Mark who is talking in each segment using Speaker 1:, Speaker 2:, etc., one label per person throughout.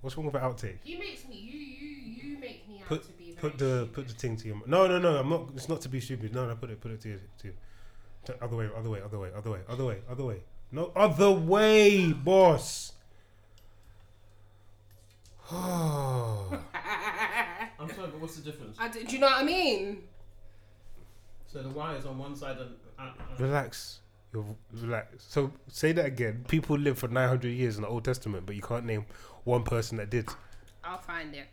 Speaker 1: What's wrong with an outtake?
Speaker 2: He makes me. You you you make me out
Speaker 1: Put-
Speaker 2: to be. Very
Speaker 1: Put the put the thing to your. mou- No, no, no. I'm not. It's not to be stupid. No, no. Put it. Put it to you. To you. T- Other way. Other way. Other way. Other way. Other way. Other way. No other way, boss. Oh.
Speaker 2: I
Speaker 3: I'm sorry, but what's the difference?
Speaker 2: do, do you know what I mean?
Speaker 3: So the Y is on one side and. and, and
Speaker 1: relax. You're relax. So say that again. People lived for 900 years in the Old Testament, but you can't name one person that did.
Speaker 2: I'll find it.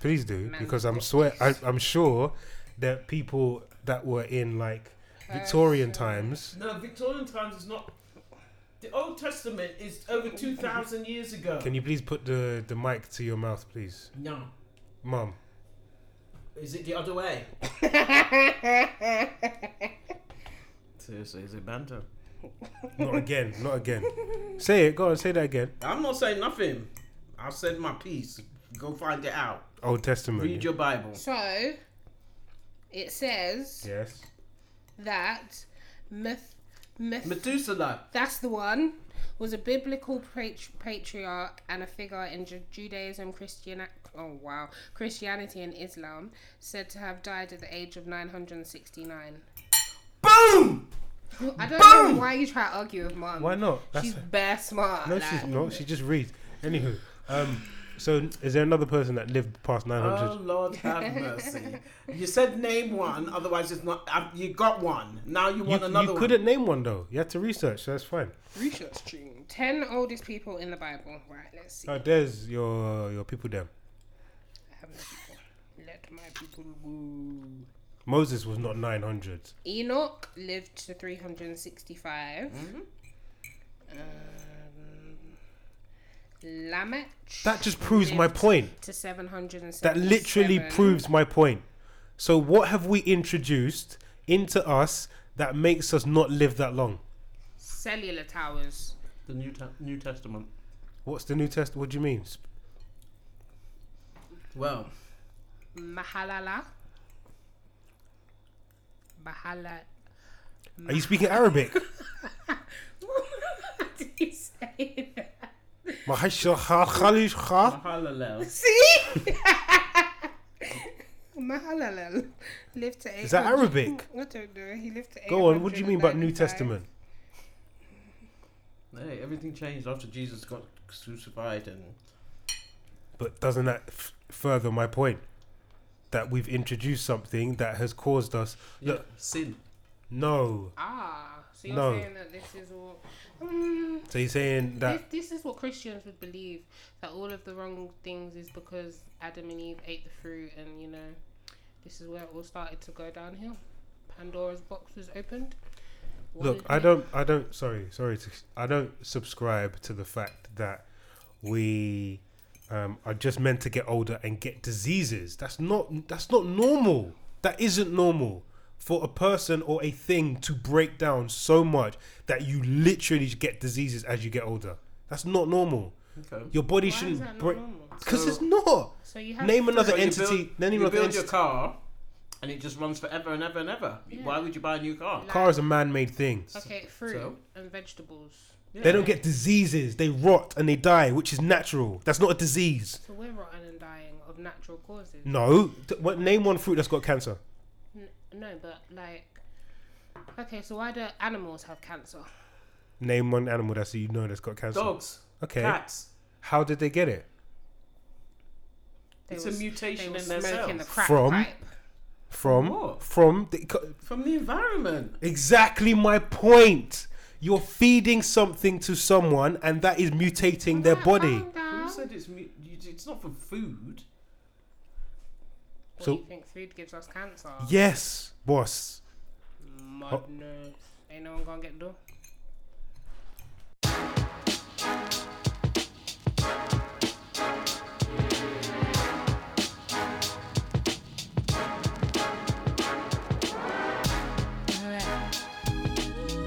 Speaker 1: Please do,
Speaker 2: Man.
Speaker 1: because I'm swear I, I'm sure that people that were in like Victorian times.
Speaker 3: no, Victorian times is not. The Old Testament is over 2,000 years ago.
Speaker 1: Can you please put the the mic to your mouth, please,
Speaker 3: no.
Speaker 1: Mum?
Speaker 3: Is it the other way?
Speaker 2: Person.
Speaker 3: Seriously, is it banter?
Speaker 1: Not again. Not again. Say it. Go on. Say that again.
Speaker 3: I'm not saying nothing. I've said my piece. Go find it out.
Speaker 1: Old Testament.
Speaker 3: Read your Bible.
Speaker 2: so it says
Speaker 1: yes.
Speaker 2: that myth, myth,
Speaker 3: Methuselah.
Speaker 2: that's the one was a biblical patri- patriarch and a figure in Ju- Judaism, Christian, oh wow, Christianity and Islam, said to have died at the age of 969.
Speaker 3: Boom!
Speaker 2: I don't
Speaker 3: Boom!
Speaker 2: know why you try to argue with mom.
Speaker 1: Why not? That's
Speaker 2: she's bare smart.
Speaker 1: no.
Speaker 2: like.
Speaker 1: She's not. She just reads. Anywho, um. So is there another person that lived past 900?
Speaker 3: Oh Lord have mercy! You said name one, otherwise it's not. Uh, you got one. Now you
Speaker 1: you,
Speaker 3: want
Speaker 1: you
Speaker 3: another one.
Speaker 1: couldn't name one though. You had to research. So that's fine.
Speaker 2: Research stream. Ten oldest people in the Bible. Right, let's see.
Speaker 1: Oh, there's your your people there.
Speaker 2: I have no people. Let my people go.
Speaker 1: Moses was not 900.
Speaker 2: Enoch lived to 365. Um, Lamech
Speaker 1: That just proves my
Speaker 2: lived
Speaker 1: point.
Speaker 2: to 777.
Speaker 1: That literally proves my point. So what have we introduced into us that makes us not live that long?
Speaker 2: Cellular towers.
Speaker 3: The New Te- New Testament.
Speaker 1: What's the New Test? What do you mean? Sp-
Speaker 3: Well,
Speaker 2: Mahalala. Bahala.
Speaker 1: Are you speaking Arabic?
Speaker 2: What did you say that?
Speaker 1: Mahashakhalishkha?
Speaker 3: Mahalalel.
Speaker 2: See? Mahalalel lived to eight.
Speaker 1: Is that Arabic?
Speaker 2: I don't know. He lived to
Speaker 1: Go on. What do you mean about New
Speaker 2: 895.
Speaker 1: Testament?
Speaker 3: Hey, everything changed after Jesus got crucified, and
Speaker 1: But doesn't that f- further my point? That we've introduced something that has caused us. Look,
Speaker 3: sin.
Speaker 1: no.
Speaker 2: Ah, so you're
Speaker 1: No.
Speaker 2: saying that this is all. Mm,
Speaker 1: So you're saying that
Speaker 2: this, this is what Christians would believe that all of the wrong things is because Adam and Eve ate the fruit, and you know, this is where it all started to go downhill. Pandora's box was opened. What
Speaker 1: Look,
Speaker 2: is
Speaker 1: I
Speaker 2: it?
Speaker 1: don't, I don't. Sorry, sorry. To, I don't subscribe to the fact that we um, are just meant to get older and get diseases. That's not, that's not normal. That isn't normal for a person or a thing to break down so much that you literally get diseases as you get older. That's not normal.
Speaker 3: Okay.
Speaker 1: Your
Speaker 2: Why
Speaker 1: body
Speaker 2: is that
Speaker 1: shouldn't
Speaker 2: not
Speaker 1: break
Speaker 2: normal?
Speaker 1: because
Speaker 3: So-
Speaker 1: it's not.
Speaker 2: So you have
Speaker 1: Name another
Speaker 3: So you
Speaker 1: entity.
Speaker 3: build-
Speaker 1: name
Speaker 3: you
Speaker 1: another
Speaker 3: build your
Speaker 1: entity.
Speaker 3: car, and it just runs forever and ever and ever.
Speaker 2: Yeah.
Speaker 3: Why would you buy a new car?
Speaker 2: Like-
Speaker 1: Car is a man-made thing.
Speaker 2: Okay, fruit
Speaker 3: So?
Speaker 2: and vegetables.
Speaker 1: They don't get diseases. They rot and they die, which is natural. That's not a disease.
Speaker 2: So we're rotten and dying of natural causes.
Speaker 3: Mm.
Speaker 1: No. T- What, name one fruit that's got cancer.
Speaker 2: N- no, but like, okay, so why do animals have cancer?
Speaker 1: Name one animal that's you know that's got cancer.
Speaker 3: dogs,
Speaker 1: Okay.
Speaker 3: cats.
Speaker 1: How did they get it?
Speaker 2: They
Speaker 3: It's a
Speaker 2: was-
Speaker 3: mutation
Speaker 2: they were
Speaker 3: in their
Speaker 2: smoking
Speaker 3: cells.
Speaker 2: the crack
Speaker 1: From?
Speaker 2: pipe.
Speaker 1: From
Speaker 3: What?
Speaker 1: from the, co-
Speaker 3: From the environment.
Speaker 1: exactly my point. You're feeding something to someone, and that is mutating their
Speaker 2: Calm
Speaker 1: body.
Speaker 2: down.
Speaker 3: Who said it's mu- you- it's not from food?
Speaker 2: What,
Speaker 1: So-
Speaker 2: you think food gives us cancer?
Speaker 1: Yes, boss.
Speaker 2: Madness. Ain't no one gonna get do.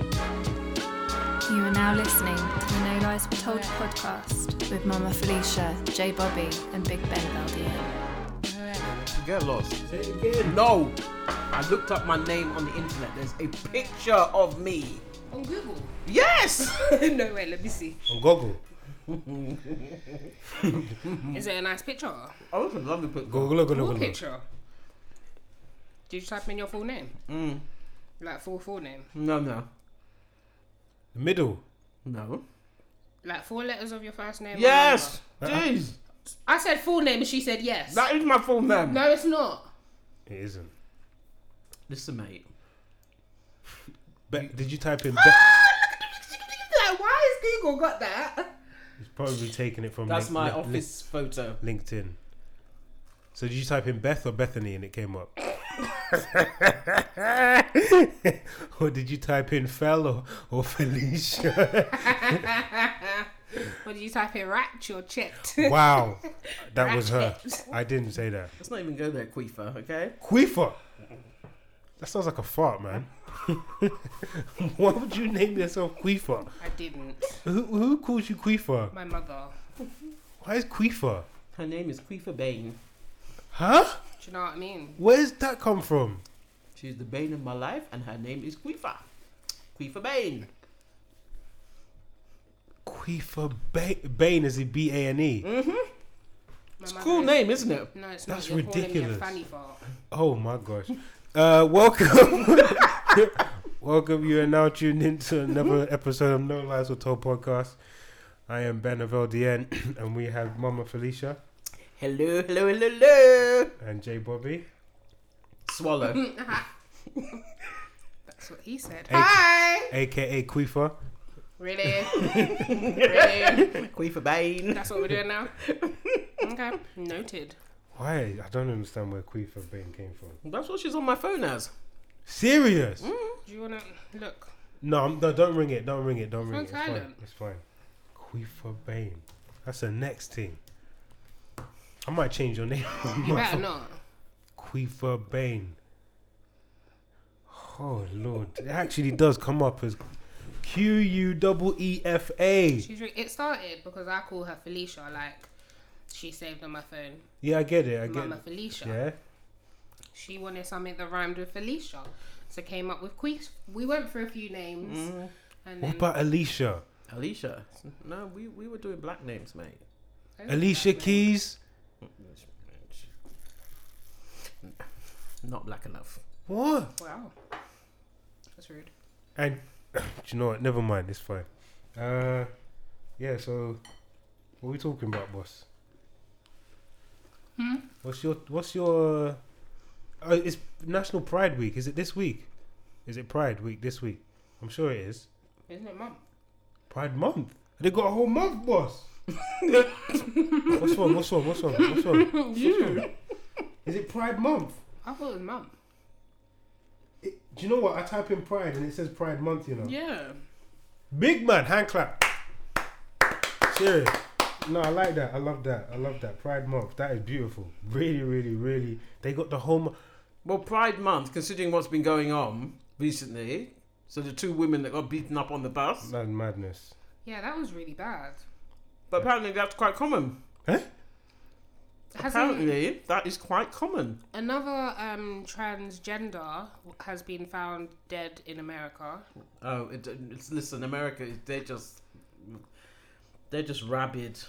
Speaker 4: You are now listening to the No Lies Were Told podcast with Mama Felicia, J Bobby, and Big Ben Valdier.
Speaker 3: Get lost. Say it again. No. I looked up my name on the internet. There's a picture of me.
Speaker 2: On Google.
Speaker 3: Yes.
Speaker 2: no way. Let me see.
Speaker 1: On Google. Mm.
Speaker 2: Is it a nice picture?
Speaker 3: Oh, it's a lovely picture.
Speaker 1: Go look, go look, go
Speaker 2: Cool
Speaker 1: look.
Speaker 2: picture. Did you type in your full name?
Speaker 3: Mm.
Speaker 2: Like full full name?
Speaker 3: No, no,
Speaker 1: The middle.
Speaker 3: no.
Speaker 2: Like four letters of your first name? and
Speaker 3: Yes,
Speaker 1: remember.
Speaker 3: jeez,
Speaker 2: number? I said full name and she said yes.
Speaker 3: that is my full name.
Speaker 2: no, it's not.
Speaker 1: It isn't.
Speaker 3: Listen, mate.
Speaker 1: Be- did you type in? Be-
Speaker 2: like, why is Google got that?
Speaker 1: it's probably taken it from.
Speaker 3: That's
Speaker 1: Link-
Speaker 3: my
Speaker 1: Link-
Speaker 3: office photo.
Speaker 1: LinkedIn. So did you type in Beth or Bethany and it came up? or did you type in Fel or, or Felicia?
Speaker 2: What did you type in? Ratch or checked?
Speaker 1: wow, that was her. I didn't say that.
Speaker 3: Let's not even go there, Queefer. Okay.
Speaker 1: Queefer. That sounds like a fart, man. Why would you name yourself Queefer?
Speaker 2: I didn't.
Speaker 1: Who, who calls you Queefer?
Speaker 2: My mother.
Speaker 1: Why is Queefer?
Speaker 3: Her name is Queefer Bain.
Speaker 1: Huh?
Speaker 2: Do you know what I mean?
Speaker 1: Where's that come from?
Speaker 3: She's the bane of my life, and her name is Queefer. Queefer Bain.
Speaker 1: Queefer ba- Bane is it B A N E?
Speaker 2: My
Speaker 3: It's a
Speaker 2: mother
Speaker 3: cool
Speaker 2: is-
Speaker 3: name, isn't it?
Speaker 2: No, it's
Speaker 1: That's
Speaker 2: not. You're
Speaker 1: ridiculous.
Speaker 2: Calling me a fanny fart.
Speaker 1: Oh my gosh. Uh, welcome. welcome. You are now tuned in to another episode of No Lies Were Told podcast. I am Ben of LDN, and we have Mama Felicia
Speaker 3: Hello, hello, hello, hello.
Speaker 1: and Jay Bobby.
Speaker 3: Swallow.
Speaker 2: That's what he said.
Speaker 1: Hey.
Speaker 2: Hi.
Speaker 1: AKA Queefer.
Speaker 2: Really? really?
Speaker 3: Queefer Bain.
Speaker 2: That's what we're doing now. Okay. Noted.
Speaker 1: Why? I don't understand where Queefer Bane came from.
Speaker 3: That's what she's on my phone as.
Speaker 1: Serious?
Speaker 2: Do you wanna look?
Speaker 1: No, I'm, no, don't ring it. Don't ring it. Don't ring
Speaker 2: Sounds
Speaker 1: it. It's fine.
Speaker 2: silent.
Speaker 1: It's fine. Queefer Bane. That's the next thing. I might change your name.
Speaker 2: You better not.
Speaker 1: Queefer Bane. Oh Lord, it actually does come up as Q U double E F A.
Speaker 2: She's re- it started because I call her Felicia. Like she saved on my phone,
Speaker 1: Yeah, I get it. I get
Speaker 2: Mama Mm-hmm.
Speaker 1: it.
Speaker 2: Felicia.
Speaker 1: Yeah.
Speaker 2: She wanted something that rhymed with Felicia, so came up with Queef. We went through a few names,
Speaker 3: Mm.
Speaker 2: and
Speaker 1: What
Speaker 2: then
Speaker 1: about Alicia?
Speaker 3: Alicia. No, we, we were doing black names, mate.
Speaker 2: Mm-hmm.
Speaker 1: Alicia Keys?
Speaker 3: Not black enough.
Speaker 1: What?
Speaker 2: Wow, that's rude.
Speaker 1: And do you know what? Never mind. It's fine. Uh, yeah. So, what are we talking about, boss?
Speaker 2: Hmm?
Speaker 1: What's your What's your? Uh, it's National Pride Week. Is it this week? Is it Pride Week this week? I'm sure it is.
Speaker 2: Isn't it, Mum?
Speaker 1: Pride Month. They got a whole month, boss. what's wrong? What's wrong? What's wrong? What's wrong? What's wrong? Is it Pride Month?
Speaker 2: I thought it was Mum.
Speaker 1: It- do you know what? I type in Pride and it says Pride Month. You know.
Speaker 2: Yeah.
Speaker 1: Big man, hand clap. Serious. No, I like that. I love that. I love that. Pride Month. That is beautiful. Really, really, really. They got the whole. Mo-
Speaker 3: Well, Pride Month, considering what's been going on recently, so the two women that got beaten up on the bus,
Speaker 1: That's madness.
Speaker 2: Yeah, that was really bad.
Speaker 3: but apparently that's quite common.
Speaker 2: Has
Speaker 3: Apparently, that is quite common.
Speaker 2: another um, transgender has been found dead in America.
Speaker 3: Oh, it, it's listen, America, they're just they're just rabid.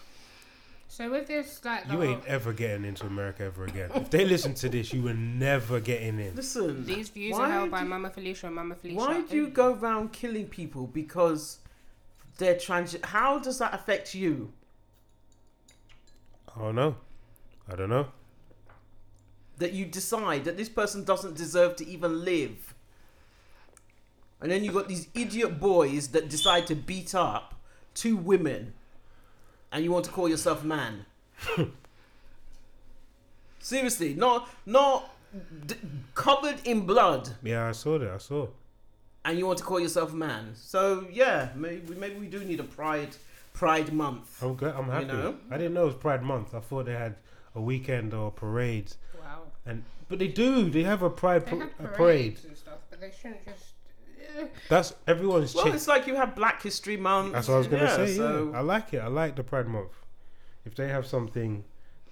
Speaker 2: So with this, like the
Speaker 1: You
Speaker 2: whole-
Speaker 1: ain't ever getting into America ever again. If they listen to this, you were never getting in.
Speaker 3: Listen,
Speaker 2: these views
Speaker 3: why
Speaker 2: are held by
Speaker 3: do-
Speaker 2: Mama Felicia and Mama Felicia.
Speaker 3: Why do you
Speaker 2: only.
Speaker 3: go round killing people because they're trans? How does that affect you?
Speaker 1: I don't know. I don't know.
Speaker 3: That you decide that this person doesn't deserve to even live. And then you've got these idiot boys that decide to beat up two women and you want to call yourself man. Seriously, not, not d- covered in blood
Speaker 1: Yeah, I saw that. I saw.
Speaker 3: and you want to call yourself man. So, yeah, maybe, maybe we do need a pride, pride month.
Speaker 1: I'm glad. Oh, I'm happy.
Speaker 3: know?
Speaker 1: I didn't know it was Pride Month. I thought they had a weekend or parades,
Speaker 2: Wow.
Speaker 1: and but they do. They have a Pride
Speaker 2: They
Speaker 1: par-
Speaker 2: have
Speaker 1: a
Speaker 2: parades
Speaker 1: parade.
Speaker 2: and stuff, but they shouldn't just.
Speaker 1: That's everyone's.
Speaker 3: Well,
Speaker 1: cha-
Speaker 3: it's like you have Black History Month.
Speaker 1: That's what I was gonna
Speaker 3: Yeah,
Speaker 1: say.
Speaker 3: so-
Speaker 1: Yeah, I like it. I like the Pride Month. If they have something,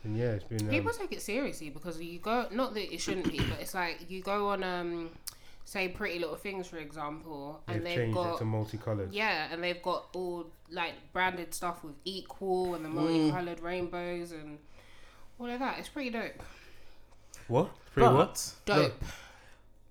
Speaker 1: then yeah, it's been. Um,
Speaker 2: People take it seriously because you go. Not that it shouldn't be, but it's like you go on um, say Pretty Little Things, for example,
Speaker 1: They've
Speaker 2: and they've,
Speaker 1: changed
Speaker 2: got
Speaker 1: it to multicolored.
Speaker 2: yeah, and they've got all like branded stuff with equal and the
Speaker 1: Mm.
Speaker 2: multicolored rainbows and all of that. It's pretty dope.
Speaker 1: What? Pretty
Speaker 3: But,
Speaker 1: what?
Speaker 2: Dope.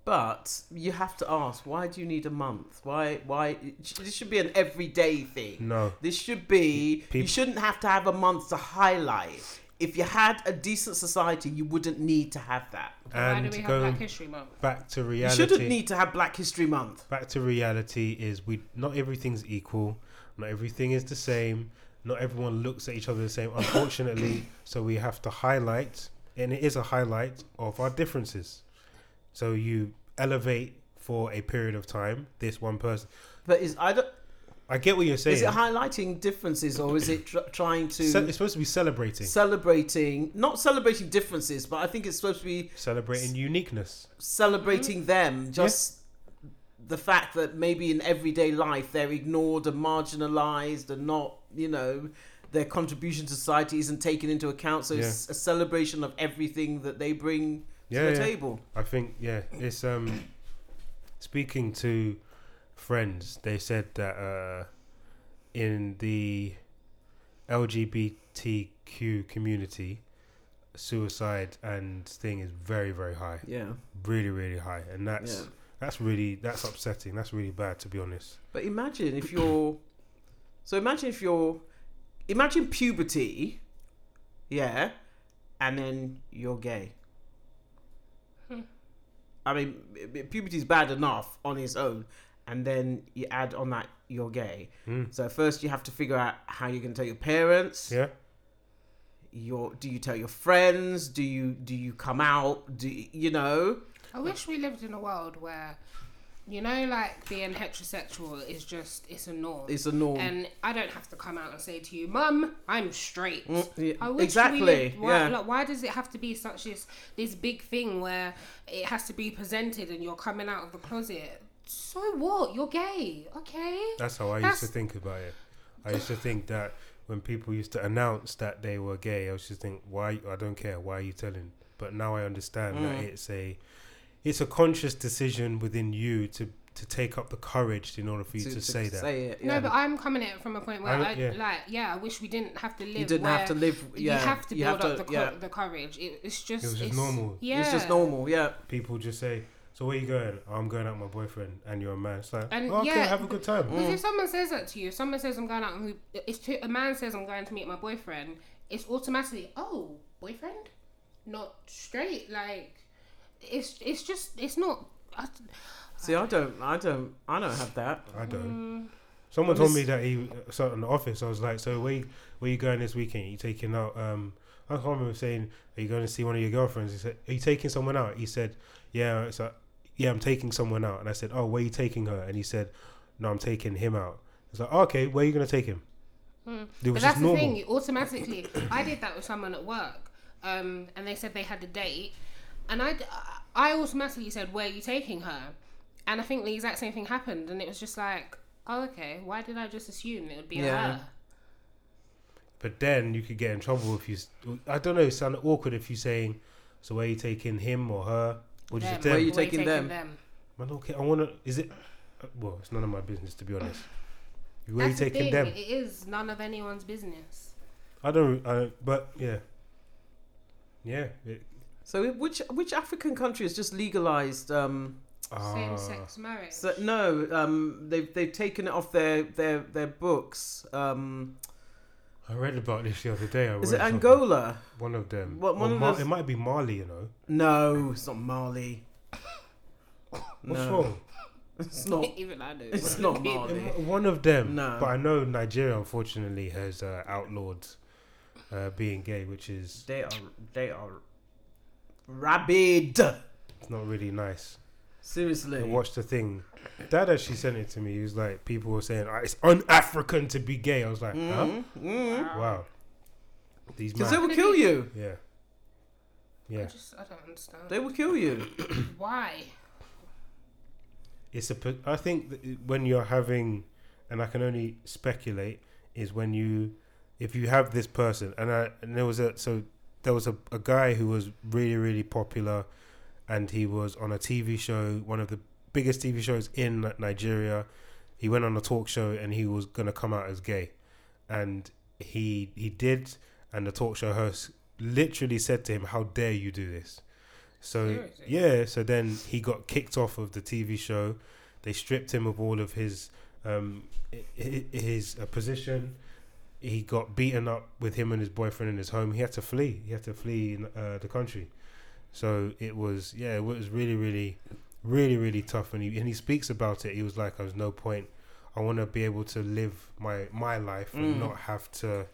Speaker 3: but you have to ask, why do you need a month? Why? Why? This should be an everyday thing.
Speaker 1: No.
Speaker 3: This should be. you
Speaker 1: Peop-
Speaker 3: shouldn't have to have a month to highlight. If you had a decent society, you wouldn't need to have that.
Speaker 2: Why do we
Speaker 1: And
Speaker 2: have
Speaker 1: going
Speaker 2: Black History Month?
Speaker 1: back to
Speaker 3: You
Speaker 1: reality.
Speaker 3: shouldn't need to have Black History Month.
Speaker 1: back to reality is we not everything's equal not everything is the same not everyone looks at each other the same unfortunately so we have to highlight and it is a highlight of our differences so you elevate for a period of time this one person
Speaker 3: But is I don't,
Speaker 1: i get what you're saying
Speaker 3: is it highlighting differences or is it tr- trying to
Speaker 1: Ce- it's supposed to be celebrating
Speaker 3: celebrating not celebrating differences, but I think it's supposed to be
Speaker 1: celebrating uniqueness Mm.
Speaker 3: celebrating them. Just the fact that maybe in everyday life they're ignored and marginalized and not, you know, their contribution to society isn't taken into account. So it's a celebration of everything that they bring
Speaker 1: Yeah,
Speaker 3: to the
Speaker 1: yeah.
Speaker 3: table.
Speaker 1: I think yeah, it's um speaking to friends, they said that uh in the LGBTQ community suicide and thing is very very high.
Speaker 3: Yeah.
Speaker 1: Really really high and that's
Speaker 3: Yeah.
Speaker 1: that's really that's upsetting. That's really bad to be honest.
Speaker 3: But imagine if you're. so imagine if you're. Imagine puberty, yeah, and then you're gay.
Speaker 1: Hmm.
Speaker 3: I mean, puberty is bad enough on its own, and then you add on that you're gay.
Speaker 1: Mm.
Speaker 3: So first you have to figure out how you're going to tell your parents.
Speaker 1: Yeah?
Speaker 3: Your do you tell your friends? Do you do you come out? Do you, you know?
Speaker 2: I wish we lived in a world where, you know, like being heterosexual is just it's a norm.
Speaker 3: It's a norm.
Speaker 2: and I don't have to come out and say to you, "Mum, I'm straight."
Speaker 3: Mm, yeah,
Speaker 2: I wish
Speaker 3: exactly,
Speaker 2: We lived, why,
Speaker 3: yeah.
Speaker 2: like, why does it have to be such this this big thing where it has to be presented and you're coming out of the closet? So what? You're gay, okay?
Speaker 1: That's how I
Speaker 2: That's-
Speaker 1: used to think about it. I used to think that when people used to announce that they were gay, I used to think, "Why? I don't care. Why are you telling?" But now I understand that it's a it's a conscious decision within you to to take up the courage in order for you to, say that.
Speaker 3: it.
Speaker 2: No, but I'm coming at it from a point where,
Speaker 1: I don't-
Speaker 2: I,
Speaker 1: yeah.
Speaker 2: like, yeah, I wish we didn't have to live.
Speaker 3: you didn't have to
Speaker 2: where
Speaker 3: live. Yeah,
Speaker 2: You have to
Speaker 3: you
Speaker 2: build
Speaker 3: have
Speaker 2: up
Speaker 3: to-
Speaker 2: the, co-
Speaker 3: yeah.
Speaker 2: the courage. It, it's just.
Speaker 1: was just
Speaker 2: it's,
Speaker 1: normal. It's
Speaker 2: Yeah.
Speaker 3: It's just normal, yeah.
Speaker 1: People just say, "So where you going?" "Oh, I'm going out with my boyfriend, and you're a man. It's like,
Speaker 2: And
Speaker 1: "Oh, okay,
Speaker 2: yeah, Mm.
Speaker 1: have a good time.
Speaker 2: Because if someone says that to you, if someone says I'm going out, and it's to, a man says I'm going to meet my boyfriend, it's automatically oh boyfriend, not straight. Like it's it's just it's not. I,
Speaker 3: See, I don't, I don't, I don't have that.
Speaker 1: I
Speaker 2: Mm.
Speaker 1: don't. Someone told me that he so in the office. I was like, "So where you, where you going this weekend? you taking out?" Um, I can't remember saying, "Are you going to see one of your girlfriends?" He said, "Are you taking someone out?" He said, "Yeah." It's like, "Yeah, I'm taking someone out." And I said, "Oh, where you taking her?" And he said, "No, I'm taking him out." It's like, "Okay, where you going to take him?" It
Speaker 2: Mm. But
Speaker 1: was
Speaker 2: that's
Speaker 1: just
Speaker 2: the
Speaker 1: normal.
Speaker 2: thing. You automatically. I did that with someone at work, um, and they said they had a date, and I, I automatically said, "Where are you taking her?" And I think the exact same thing happened, and it was just like, "Oh, okay. Why did I just assume it would be
Speaker 3: Yeah.
Speaker 2: her?"
Speaker 1: But then you could get in trouble if you. s- I don't know. It sounded awkward if you saying, "So where you taking him or her?" Or just
Speaker 2: Them.
Speaker 1: them?
Speaker 3: Where you taking them?
Speaker 1: Man, okay, I wanna. Is it? uh, Well, it's none of my business to be honest. Where
Speaker 2: That's
Speaker 1: you
Speaker 2: the thing.
Speaker 1: taking them?
Speaker 2: It is none of anyone's business.
Speaker 1: I don't. I don't. But yeah, yeah. It,
Speaker 3: So, it- which which African country has just legalized? Um,
Speaker 1: ah,
Speaker 2: Same-sex marriage.
Speaker 3: so, no, um, they've they've taken it off their their their books. Um,
Speaker 1: ah. I read about this the other day. I
Speaker 3: is
Speaker 1: read
Speaker 3: it
Speaker 1: something.
Speaker 3: Angola?
Speaker 1: One of them.
Speaker 3: What-
Speaker 1: Or
Speaker 3: one of
Speaker 1: Mar-
Speaker 3: those-
Speaker 1: It might be Mali. You know.
Speaker 3: No, it's not Mali.
Speaker 1: What's
Speaker 3: no,
Speaker 1: wrong?
Speaker 3: It's not.
Speaker 2: Even I know.
Speaker 3: It's not
Speaker 1: It
Speaker 3: Mali.
Speaker 1: mi- one of them.
Speaker 3: No.
Speaker 1: But I know Nigeria, unfortunately, has uh, outlawed uh, being gay, which is
Speaker 3: They are they are rabid.
Speaker 1: not really nice.
Speaker 3: Seriously.
Speaker 1: I watched the thing. Dad actually sent it to me. He was like, people were saying, "Ah, it's un-African to be gay. I was like,
Speaker 3: Mm-hmm.
Speaker 1: huh? Wow. These
Speaker 3: Because
Speaker 1: men.
Speaker 3: they will kill you.
Speaker 1: yeah.
Speaker 2: I
Speaker 1: Yeah.
Speaker 2: just I don't understand
Speaker 3: They will kill you.
Speaker 2: why.
Speaker 1: It's a. po- I think that it- when you're having, and I can only speculate, is when you, if you have this person, and I and there was a so there was a, a guy who was really really popular, and he was on a TV show, one of the biggest TV shows in Nigeria. He went on a talk show and he was gonna come out as gay, and he he did, and the talk show host literally said to him, "How dare you do this?" So
Speaker 2: Seriously?
Speaker 1: yeah, so then he got kicked off of the TV show. They stripped him of all of his um i- i- his uh, position. He got beaten up with him and his boyfriend in his home. He had to flee. He had to flee uh, the country. So it was yeah, it was really really really really tough. And he and he speaks about it. He was like, "There's no point. I want to be able to live my my life and
Speaker 3: Mm.
Speaker 1: not have to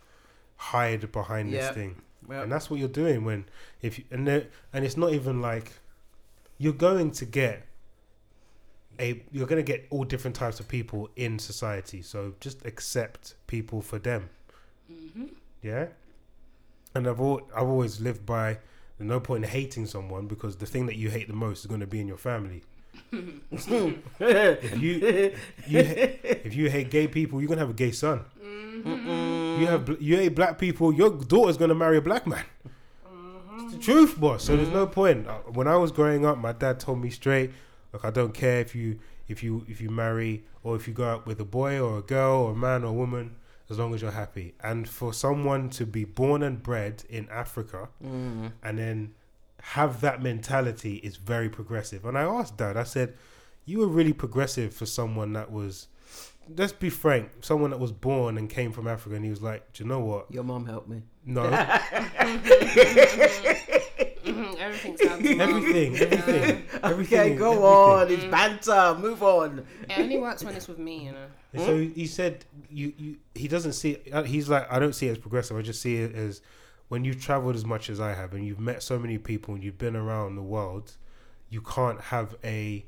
Speaker 1: hide behind
Speaker 3: Yeah.
Speaker 1: this thing."
Speaker 3: Well,
Speaker 1: And that's what you're doing when if you, and there, and it's not even like you're going to get a you're going to get all different types of people in society. So just accept people for them.
Speaker 2: Mm-hmm.
Speaker 1: Yeah. And I've all, I've always lived by no point in hating someone because the thing that you hate the most is going to be in your family. If you you ha- if you hate gay people, you're gonna have a gay son. You have bl- you hate black people, your daughter's gonna marry a black man. It's the truth, boss. So there's
Speaker 3: Mm-hmm.
Speaker 1: no point. Uh, When I was growing up, my dad told me straight, like I don't care if you if you if you marry or if you go out with a boy or a girl or a man or a woman, as long as you're happy. And for someone to be born and bred in Africa
Speaker 3: Mm.
Speaker 1: and then have that mentality is very progressive. And I asked Dad, I said, You were really progressive for someone that was, let's be frank, someone that was born and came from Africa. And he was like, Do you know what?
Speaker 3: Your mom helped me.
Speaker 1: No.
Speaker 2: Everything sounds wrong.
Speaker 1: everything, everything. everything
Speaker 3: Okay,
Speaker 1: is-
Speaker 3: go on.
Speaker 1: everything.
Speaker 3: It's banter. Move on.
Speaker 2: It only works when it's with me, you know.
Speaker 1: And so he said, you, you, he doesn't see, uh, he's like, I don't see it as progressive. I just see it as when you've traveled as much as I have and you've met so many people and you've been around the world, you can't have a,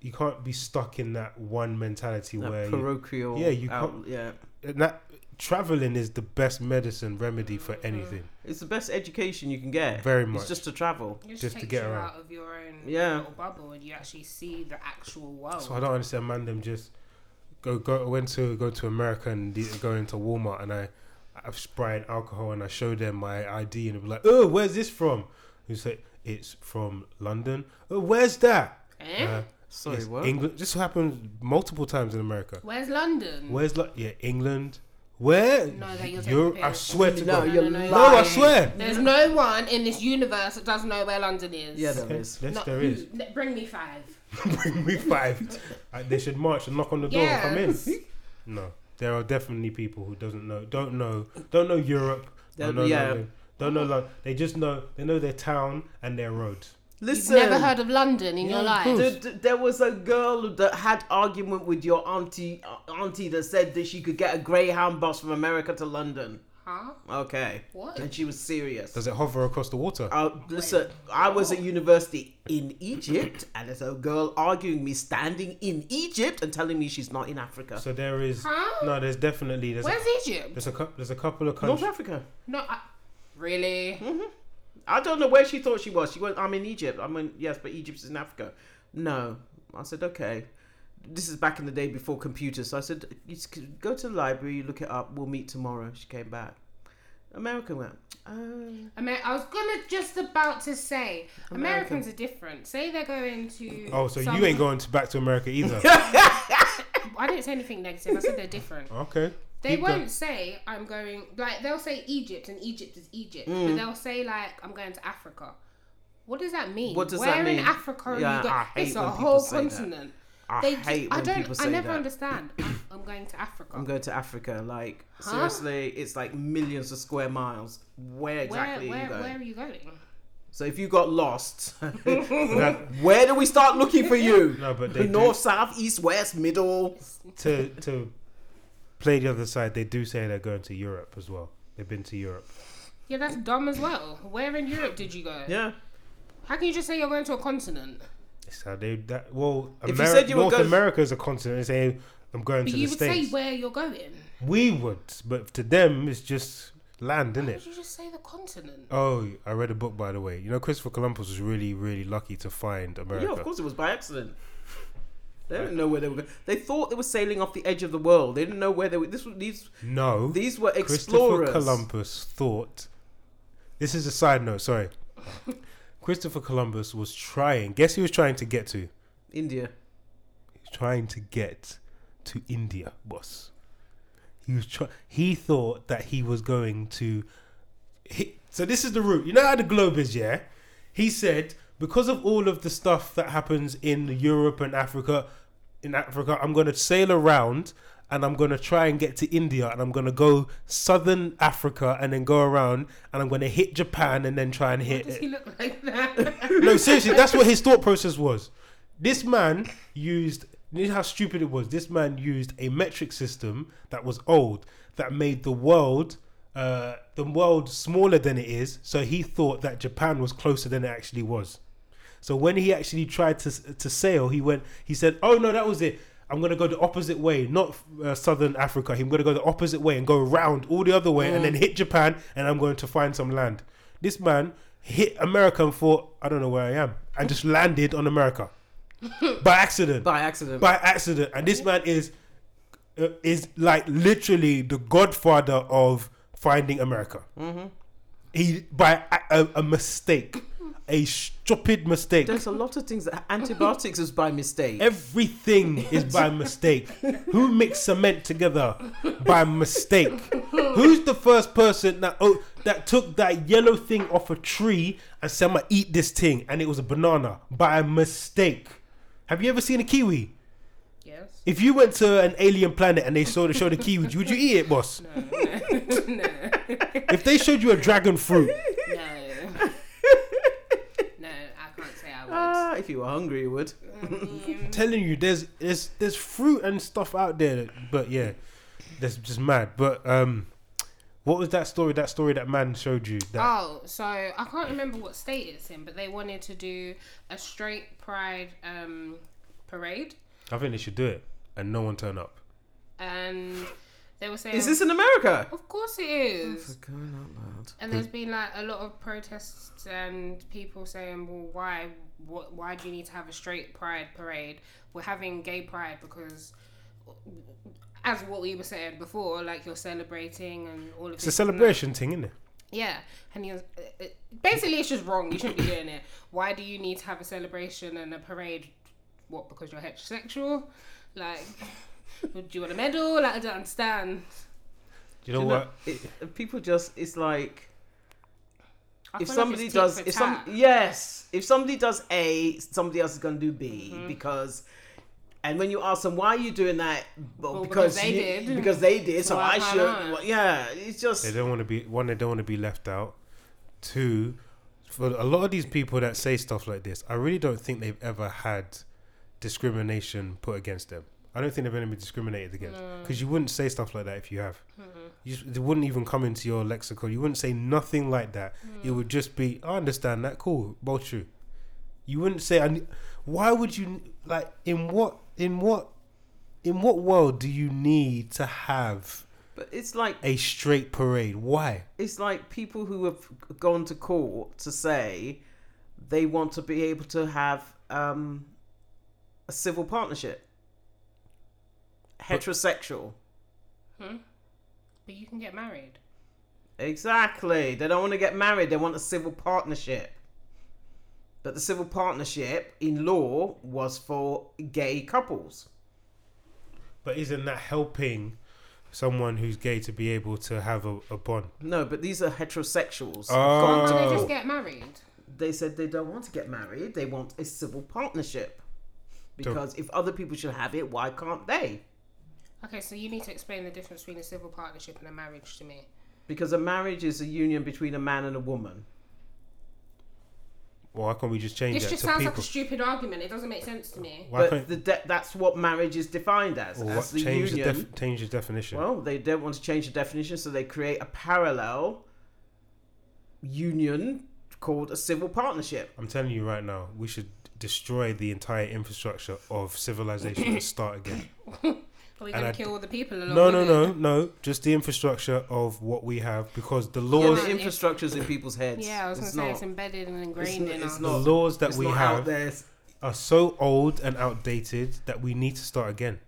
Speaker 1: you can't be stuck in that one mentality where
Speaker 3: That
Speaker 1: you,
Speaker 3: parochial.
Speaker 1: Yeah, you
Speaker 3: out-
Speaker 1: can't-
Speaker 3: Yeah,
Speaker 1: and that traveling is the best medicine remedy for anything.
Speaker 3: it's the best education you can get.
Speaker 1: Very
Speaker 3: It's
Speaker 1: much.
Speaker 3: just to travel.
Speaker 2: It just,
Speaker 1: Just to
Speaker 2: takes
Speaker 1: get
Speaker 2: you
Speaker 1: around.
Speaker 2: out of your own
Speaker 3: Yeah.
Speaker 2: little bubble and you actually see the actual world.
Speaker 1: so I don't understand, man. Them just go go went to go to America and de- go into Walmart and I I sprayed alcohol and I showed them my ID and they were like, oh, where's this from? You say it's from London. Oh, where's that?
Speaker 2: Eh?
Speaker 1: Uh,
Speaker 3: Sorry,
Speaker 1: it's
Speaker 3: what?
Speaker 1: England. This happened multiple times in America.
Speaker 2: Where's London?
Speaker 1: Where's like yeah England? Where?
Speaker 2: No, that you're taking
Speaker 1: You're-
Speaker 2: the
Speaker 1: I
Speaker 2: piss.
Speaker 1: swear to
Speaker 3: No,
Speaker 1: God.
Speaker 3: you're
Speaker 2: no, no,
Speaker 1: No, I
Speaker 3: lying.
Speaker 1: swear.
Speaker 2: There's no one in this universe that doesn't know where London is.
Speaker 3: Yeah, there
Speaker 1: Yes,
Speaker 3: is.
Speaker 2: Not-
Speaker 1: there is.
Speaker 2: n- Bring me five.
Speaker 1: Bring me five. Uh, they should march and knock on the door and
Speaker 2: Yes.
Speaker 1: come in. No, there are definitely people who doesn't know, don't know, don't know Europe, don't
Speaker 3: Don't-
Speaker 1: know
Speaker 3: yeah.
Speaker 1: London, don't know London. They just know they know their town and their road.
Speaker 3: Listen.
Speaker 2: You've never heard of London in your
Speaker 1: Yeah,
Speaker 2: life.
Speaker 1: of course.
Speaker 3: Th- th- there was a girl that had argument with your auntie uh, auntie that said that she could get a Greyhound bus from America to London.
Speaker 2: Huh?
Speaker 3: Okay.
Speaker 2: What?
Speaker 3: And she was serious.
Speaker 1: Does it hover across the water?
Speaker 3: Uh, listen, I was at university in Egypt, and there's a girl arguing me standing in Egypt and telling me she's not in Africa.
Speaker 1: So there is
Speaker 2: Huh?
Speaker 1: no. There's definitely there's a,
Speaker 2: Where's Egypt?
Speaker 1: there's a cou- there's a couple of
Speaker 3: North
Speaker 1: countries.
Speaker 3: Africa.
Speaker 2: No, I, really?
Speaker 3: I don't know where she thought she was. She went, I'm in Egypt. I mean, yes, but Egypt is in Africa. No. I said, okay. This is back in the day before computers. So I said, you s- go to the library, look it up, we'll meet tomorrow. She came back. American went, um,
Speaker 2: I mean, I was gonna just about to say Americans are different. Say they're going to.
Speaker 1: Oh, so
Speaker 2: some-
Speaker 1: you ain't going to back to America either.
Speaker 2: I didn't say anything negative. I said they're different.
Speaker 3: Oh,
Speaker 1: okay.
Speaker 2: They
Speaker 1: Keep
Speaker 2: won't
Speaker 1: going.
Speaker 2: say I'm going like they'll say Egypt and Egypt is Egypt,
Speaker 3: Mm.
Speaker 2: but they'll say like I'm going to Africa. What does that mean?
Speaker 3: What does
Speaker 2: Where
Speaker 3: that
Speaker 2: in
Speaker 3: mean?
Speaker 2: Africa are
Speaker 3: Yeah,
Speaker 2: you going?
Speaker 3: I hate
Speaker 2: it's a
Speaker 3: when people
Speaker 2: whole
Speaker 3: say that.
Speaker 2: continent.
Speaker 3: I
Speaker 2: They just-
Speaker 3: hate when
Speaker 2: I don't.
Speaker 3: people say
Speaker 2: I never
Speaker 3: that.
Speaker 2: understand. I'm, I'm going to Africa.
Speaker 3: I'm going to Africa. Like, seriously, it's like millions of square miles. Where exactly
Speaker 2: where,
Speaker 3: are
Speaker 2: where,
Speaker 3: you going?
Speaker 2: where are you going?
Speaker 3: So if you got lost,
Speaker 1: That-
Speaker 3: where do we start looking for you?
Speaker 1: No, but they do-
Speaker 3: North, south, east, west, middle.
Speaker 1: to to play the other side, they do say they're going to Europe as well. They've been to Europe.
Speaker 2: Yeah, that's dumb as well. Where in Europe did you go?
Speaker 3: Yeah.
Speaker 2: How can you just say you're going to a continent?
Speaker 1: So they that well,
Speaker 3: If you
Speaker 1: Ameri-
Speaker 3: said you were
Speaker 1: North
Speaker 3: going-
Speaker 1: America is a continent. They say I'm going
Speaker 2: But
Speaker 1: to the
Speaker 2: you would
Speaker 1: states.
Speaker 2: say where you're going.
Speaker 1: we would, but to them it's just land, isn't
Speaker 2: Why
Speaker 1: it?
Speaker 2: would you just say the continent?
Speaker 1: Oh, I read a book by the way. You know, Christopher Columbus was really, really lucky to find America.
Speaker 3: Yeah, of course it was by accident. They didn't know where they were going. They thought they were sailing off the edge of the world. They didn't know where they were. This was these
Speaker 1: No,
Speaker 3: these were
Speaker 1: Christopher
Speaker 3: explorers.
Speaker 1: Columbus thought. This is a side note. Sorry, Christopher Columbus was trying. Guess he was trying to get to
Speaker 3: India.
Speaker 1: trying to get to India, boss. He was try- he thought that he was going to he- so this is the route. You know how the globe is, yeah? He said because of all of the stuff that happens in Europe and Africa, in Africa, I'm going to sail around and I'm going to try and get to India and I'm going to go southern Africa and then go around and I'm going to hit Japan and then try and
Speaker 2: Why
Speaker 1: hit
Speaker 2: does he look like that?
Speaker 1: no, seriously, that's what his thought process was. This man used. You know how stupid it was. This man used a metric system that was old, that made the world, uh, the world smaller than it is. So he thought that Japan was closer than it actually was. So when he actually tried to to sail, he went. He said, "Oh no, that was it. I'm gonna go the opposite way, not uh, southern Africa. I'm gonna go the opposite way and go round all the other way, and then hit Japan, and I'm going to find some land." This man hit America and thought, "I don't know where I am," and just landed on America by accident.
Speaker 3: by accident.
Speaker 1: by accident, and this man is uh, is like literally the godfather of finding America. He by a, a, a mistake, a stupid mistake.
Speaker 3: There's a lot of things that antibiotics is by mistake.
Speaker 1: Everything is by mistake. Who mixed cement together by mistake? Who's the first person that oh, that took that yellow thing off a tree and said, "I'm gonna eat this thing," and it was a banana by mistake? Have you ever seen a kiwi?
Speaker 2: yes.
Speaker 1: If you went to an alien planet and they saw the show the kiwi, would you eat it, boss?
Speaker 2: no.
Speaker 1: If they showed you a dragon fruit,
Speaker 2: No. No, I can't say I would.
Speaker 3: Ah, if you were hungry, you would.
Speaker 1: I'm telling you, there's there's there's fruit and stuff out there, that- but yeah, that's just mad. But um, what was that story? That story that man showed you that
Speaker 2: Oh, so I can't remember what state it's in, but they wanted to do a straight pride um, parade,
Speaker 1: I think they should do it, and no one turned up.
Speaker 2: and they were saying,
Speaker 1: Uh,
Speaker 3: Is this in America?
Speaker 2: "Of course it is."
Speaker 3: For crying out loud.
Speaker 2: And there's been like a lot of protests and people saying, "Well, why? What? Why do you need to have a straight pride parade? We're having gay pride because." As what we were saying before, like you're celebrating and all of
Speaker 1: It's a celebration thing, isn't it?
Speaker 2: Yeah, and he was uh, uh, basically it's just wrong. You shouldn't be doing it. Why do you need to have a celebration and a parade? What because you're heterosexual? Like, do you want a medal? Like, I don't understand.
Speaker 1: You know
Speaker 3: Do you know-
Speaker 1: what?
Speaker 3: it- people just it's like
Speaker 2: I feel like
Speaker 3: if somebody
Speaker 2: it's tit
Speaker 3: does
Speaker 2: for
Speaker 3: if some
Speaker 2: tat.
Speaker 3: yes if somebody does a somebody else is gonna do b
Speaker 2: Mm-hmm.
Speaker 3: because and when you ask them why are you doing that well,
Speaker 2: Well, because
Speaker 3: because,
Speaker 2: they
Speaker 3: you-
Speaker 2: did.
Speaker 3: because they did so
Speaker 2: Well,
Speaker 3: i
Speaker 2: why
Speaker 3: should
Speaker 2: not?
Speaker 3: well, yeah it's just
Speaker 1: They don't want to be one. They don't want to be left out. Two, for a lot of these people that say stuff like this, I really don't think they've ever had discrimination put against them. I don't think they've ever been discriminated against because you wouldn't say stuff like that if you have. You just, it wouldn't even come into your lexicon. You wouldn't say nothing like that. It would just be, I understand that. Cool, both true. You wouldn't say, I. ne- Why would you like? In what? In what? In what world do you need to have?
Speaker 3: but it's like
Speaker 1: a straight parade. Why?
Speaker 3: it's like people who have gone to court to say they want to be able to have um a civil partnership heterosexual
Speaker 2: but you can get married.
Speaker 3: Exactly. They don't want to get married. They want a civil partnership. But the civil partnership in law was for gay couples.
Speaker 1: But isn't that helping someone who's gay to be able to have a, a bond?
Speaker 3: No, but these are heterosexuals.
Speaker 2: Why can't they
Speaker 1: Oh.
Speaker 2: just get married?
Speaker 3: They said they don't want to get married. They want a civil partnership. Because if other people should have it, why can't they?
Speaker 2: Okay, so you need to explain the difference between a civil partnership and a marriage to me.
Speaker 3: Because a marriage is a union between a man and a woman.
Speaker 1: Well, why can't we just change
Speaker 2: This
Speaker 1: that
Speaker 2: just
Speaker 1: to
Speaker 2: sounds like
Speaker 1: people?
Speaker 2: a stupid argument. It doesn't make sense to me.
Speaker 1: why
Speaker 3: but
Speaker 1: can't
Speaker 3: the de- that's what marriage is defined as.
Speaker 1: or
Speaker 3: as
Speaker 1: what,
Speaker 3: the
Speaker 1: change
Speaker 3: union.
Speaker 1: the def, change the definition?
Speaker 3: Well, they don't want to change the definition, so they create a parallel union called a civil partnership.
Speaker 1: I'm telling you right now, we should destroy the entire infrastructure of civilization and start again.
Speaker 2: Are we
Speaker 1: And
Speaker 2: going
Speaker 1: I-
Speaker 2: to kill all the people along
Speaker 1: No,
Speaker 2: with
Speaker 1: no,
Speaker 2: it?
Speaker 1: no, no. Just the infrastructure of what we have, because the
Speaker 3: Yeah,
Speaker 1: laws,
Speaker 3: the infrastructure's in people's heads.
Speaker 2: Yeah, I was going
Speaker 3: It's
Speaker 2: to say
Speaker 3: not-
Speaker 2: it's embedded and
Speaker 3: it's
Speaker 2: ingrained
Speaker 3: not,
Speaker 2: in
Speaker 3: it's
Speaker 2: us.
Speaker 1: the
Speaker 3: not-
Speaker 1: laws that
Speaker 3: it's
Speaker 1: we
Speaker 3: not out
Speaker 1: have
Speaker 3: there. It's-
Speaker 1: are so old and outdated that we need to start again.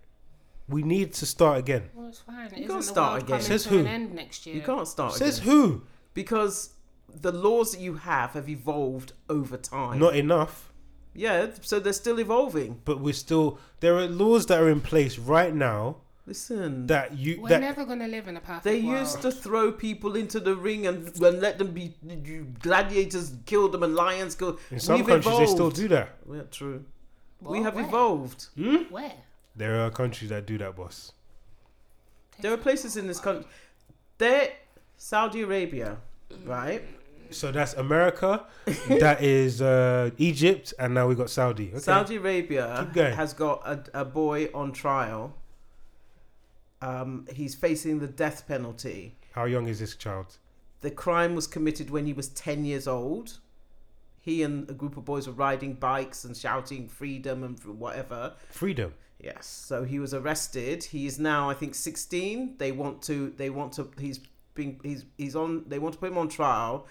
Speaker 1: We need to start again.
Speaker 2: Well, it's fine. Isn't
Speaker 3: can't
Speaker 2: the
Speaker 3: start
Speaker 2: world
Speaker 3: again.
Speaker 2: coming
Speaker 1: Says
Speaker 2: to
Speaker 1: who?
Speaker 2: an end next year?
Speaker 3: You can't start
Speaker 1: Says
Speaker 3: again.
Speaker 1: who?
Speaker 3: because the laws that you have have evolved over time.
Speaker 1: Not enough.
Speaker 3: Yeah, so they're still evolving.
Speaker 1: But we're still there are laws that are in place right now
Speaker 3: Listen,
Speaker 1: that you
Speaker 2: We're
Speaker 1: that
Speaker 2: never gonna live in a perfect
Speaker 3: they
Speaker 2: world.
Speaker 3: used to throw people into the ring and, and let them be you, gladiators, kill them, and lions kill.
Speaker 1: in some countries they still do that.
Speaker 3: Yeah, true. we
Speaker 2: Well,
Speaker 3: have
Speaker 2: where?
Speaker 3: evolved.
Speaker 2: Where?
Speaker 1: There are countries that do that, boss.
Speaker 3: There are places in this country. There, Saudi Arabia, right?
Speaker 1: So that's America, that is uh, Egypt, and now we got Saudi. Okay.
Speaker 3: Saudi Arabia
Speaker 1: Keep going.
Speaker 3: has got a, a boy on trial. Um, he's facing the death penalty.
Speaker 1: How young is this child?
Speaker 3: The crime was committed when he was 10 years old. He and a group of boys were riding bikes and shouting freedom and whatever.
Speaker 1: Freedom.
Speaker 3: Yes. So he was arrested. He is now, I think, sixteen. They want to. They want to. He's being. He's. He's on. They want to put him on trial,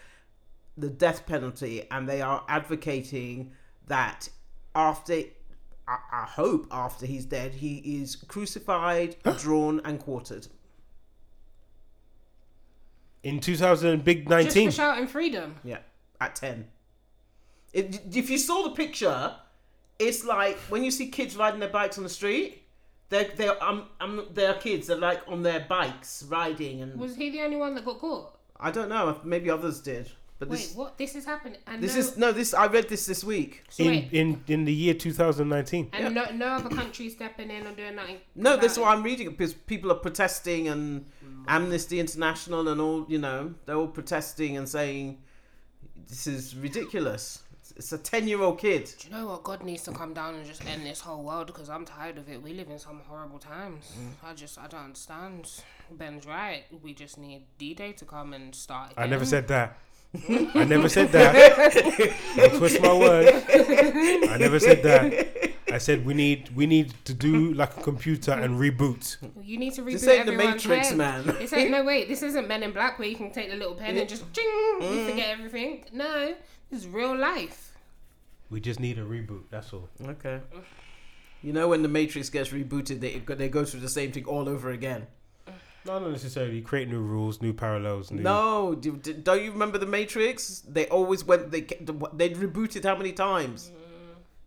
Speaker 3: the death penalty, and they are advocating that after. I, I hope after he's dead, he is crucified, drawn, and quartered.
Speaker 1: In 2000, big
Speaker 2: Just
Speaker 1: 19.
Speaker 2: for shouting freedom.
Speaker 3: Yeah, at ten. If if you saw the picture, it's like when you see kids riding their bikes on the street. They're, they're, um, um, they're kids. They're like on their bikes riding and.
Speaker 2: Was he the only one that got caught?
Speaker 3: I don't know. Maybe others did, but
Speaker 2: Wait,
Speaker 3: this
Speaker 2: what? This is happening. And
Speaker 3: this
Speaker 2: no,
Speaker 3: is no. This I read this this week.
Speaker 2: so
Speaker 1: in,
Speaker 2: wait,
Speaker 1: in in the year 2019.
Speaker 2: and no, no other country stepping in or doing nothing.
Speaker 3: No,
Speaker 2: about
Speaker 3: that's
Speaker 2: it.
Speaker 3: what I'm reading because people are protesting and Amnesty International and all. You know, they're all protesting and saying this is ridiculous. It's, it's a ten-year-old kid.
Speaker 2: Do you know what? God needs to come down and just end this whole world because I'm tired of it. We live in some horrible times.
Speaker 3: Mm-hmm.
Speaker 2: I just, I don't understand. Ben's right. We just need D-Day to come and start.
Speaker 1: I never
Speaker 2: again.
Speaker 1: said that. I never said that. Don't twist my words. I never said that. I said we need we need to do like a computer and reboot.
Speaker 2: You need to reboot
Speaker 3: This ain't the
Speaker 2: everyone's
Speaker 3: Matrix,
Speaker 2: head.
Speaker 3: man.
Speaker 2: This ain't no wait. This isn't Men in Black where you can take the little pen and just ching,
Speaker 3: Mm-hmm.
Speaker 2: you forget everything. No, this is real life.
Speaker 1: We just need a reboot. That's all.
Speaker 3: Okay. You know when the Matrix gets rebooted, they they go through the same thing all over again.
Speaker 1: No, not necessarily. Create new rules, new parallels. New...
Speaker 3: No, do, do- don't you remember the Matrix? They always went. They ke- they rebooted how many times?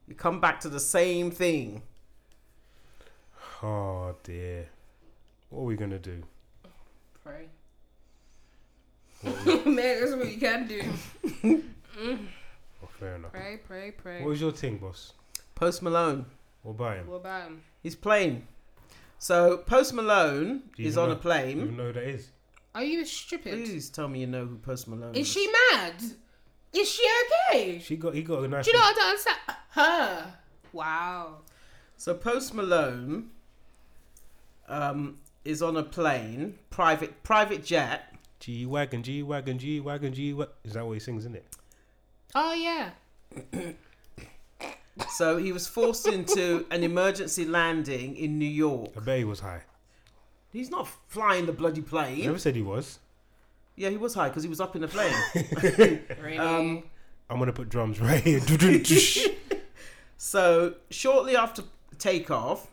Speaker 3: You come back to the same thing.
Speaker 1: Oh dear. What are we gonna do?
Speaker 2: Pray.
Speaker 3: Mm-hmm.
Speaker 2: Man, that's what you can do.
Speaker 1: Oh, fair enough.
Speaker 2: Pray, pray, pray.
Speaker 1: What was your thing, boss?
Speaker 3: Post Malone.
Speaker 1: What about him?
Speaker 2: What about him?
Speaker 3: His plane. So Post Malone
Speaker 1: Do you
Speaker 3: is
Speaker 1: know-
Speaker 3: on a
Speaker 1: You
Speaker 3: plane.
Speaker 1: even know who that is?
Speaker 2: Are you stupid?
Speaker 3: Please tell me you know who Post Malone is.
Speaker 2: Is she mad? Is she okay?
Speaker 1: She got he got a nice.
Speaker 2: Do you know what I don't understand? Her. Wow.
Speaker 3: So Post Malone um, is on a plane, private private jet.
Speaker 1: G wagon, G wagon, G wagon, G wagon. Is that what he sings in it?
Speaker 2: Oh yeah.
Speaker 3: So he was forced into an emergency landing in New York.
Speaker 1: I bet he was high.
Speaker 3: He's not flying the bloody
Speaker 1: I
Speaker 3: plane.
Speaker 1: never said he was.
Speaker 3: Yeah, he was high because he was up in a plane.
Speaker 2: Really?
Speaker 3: Um,
Speaker 1: I'm gonna put drums right here. Doo-doo-doo-sh.
Speaker 3: So shortly after takeoff,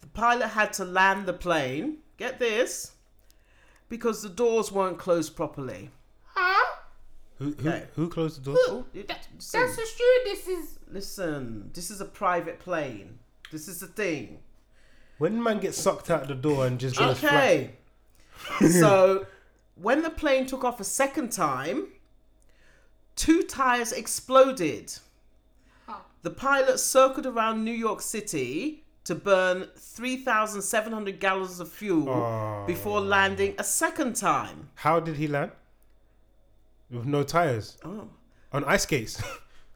Speaker 3: the pilot had to land the plane. Get this, because the doors weren't closed properly.
Speaker 2: huh?
Speaker 1: who, who,
Speaker 3: Okay.
Speaker 1: who closed the door?
Speaker 3: Oh, it-
Speaker 2: That,
Speaker 3: listen,
Speaker 2: that's a stupid. This is
Speaker 3: listen, this is a private plane. This is the thing.
Speaker 1: When man gets sucked out the door and just goes flat.
Speaker 3: Okay. so when the plane took off a second time, two tires exploded.
Speaker 2: Oh.
Speaker 3: The pilot circled around New York City to burn 3,700 gallons of fuel
Speaker 1: Oh.
Speaker 3: before landing a second time.
Speaker 1: How did he land? With no tires.
Speaker 3: Oh.
Speaker 1: On ice skates.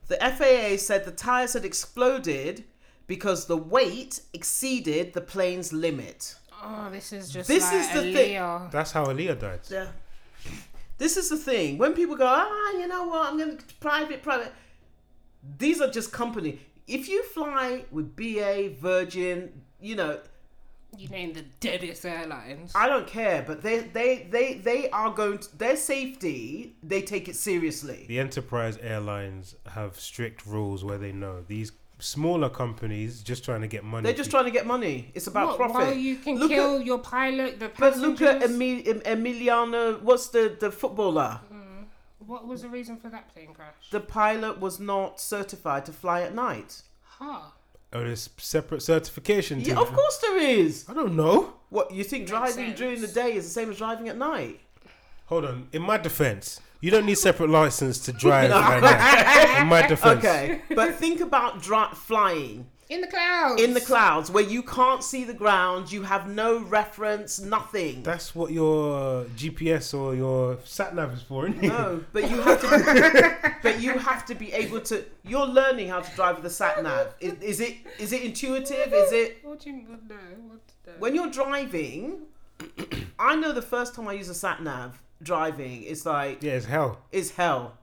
Speaker 3: The FAA said the tires had exploded because the weight exceeded the plane's limit.
Speaker 2: Oh, this is just
Speaker 3: This
Speaker 2: like
Speaker 3: is the
Speaker 2: a
Speaker 3: thing-
Speaker 2: Leo.
Speaker 1: That's how Aaliyah died.
Speaker 3: Yeah. uh, This is the thing. When people go, ah, you know what, I'm going to private, private. These are just company. If you fly with BA, Virgin, you know,
Speaker 2: You name the deadest airlines.
Speaker 3: I don't care, but they, they, they, they are going to, their safety, they take it seriously.
Speaker 1: The enterprise airlines have strict rules where they know these smaller companies just trying to get money.
Speaker 3: They're just trying to get money. It's about
Speaker 2: What,
Speaker 3: profit.
Speaker 2: while you can
Speaker 3: Look
Speaker 2: kill
Speaker 3: at-
Speaker 2: your pilot, the
Speaker 3: but look at
Speaker 2: passengers? Mm.
Speaker 3: Emi- Em- Emiliano, what's the, the footballer?
Speaker 2: What was the reason for that plane crash?
Speaker 3: The pilot was not certified to fly at night.
Speaker 2: ha.
Speaker 1: Oh, there's separate certification. to
Speaker 3: Yeah, of
Speaker 1: it.
Speaker 3: course there is.
Speaker 1: I don't know.
Speaker 3: What you think
Speaker 2: Makes
Speaker 3: driving during the
Speaker 2: sense.
Speaker 3: day is the same as driving at night?
Speaker 1: Hold on. In my defense, you don't need separate license to drive. like that. In my defense,
Speaker 3: Okay, but think about dri- flying
Speaker 2: In the clouds.
Speaker 3: in the clouds where you can't see the ground, you have no reference, nothing.
Speaker 1: that's what your GPS or your sat nav is for, isn't it?
Speaker 3: No, but you have to. but you have to be able to. You're learning how to drive with a sat nav. Is, is it is it intuitive? Is it
Speaker 2: What do you what- no? What the?
Speaker 3: when you're driving? I know the first time I use a sat nav driving, it's like
Speaker 1: Yeah, it's hell.
Speaker 3: it's hell.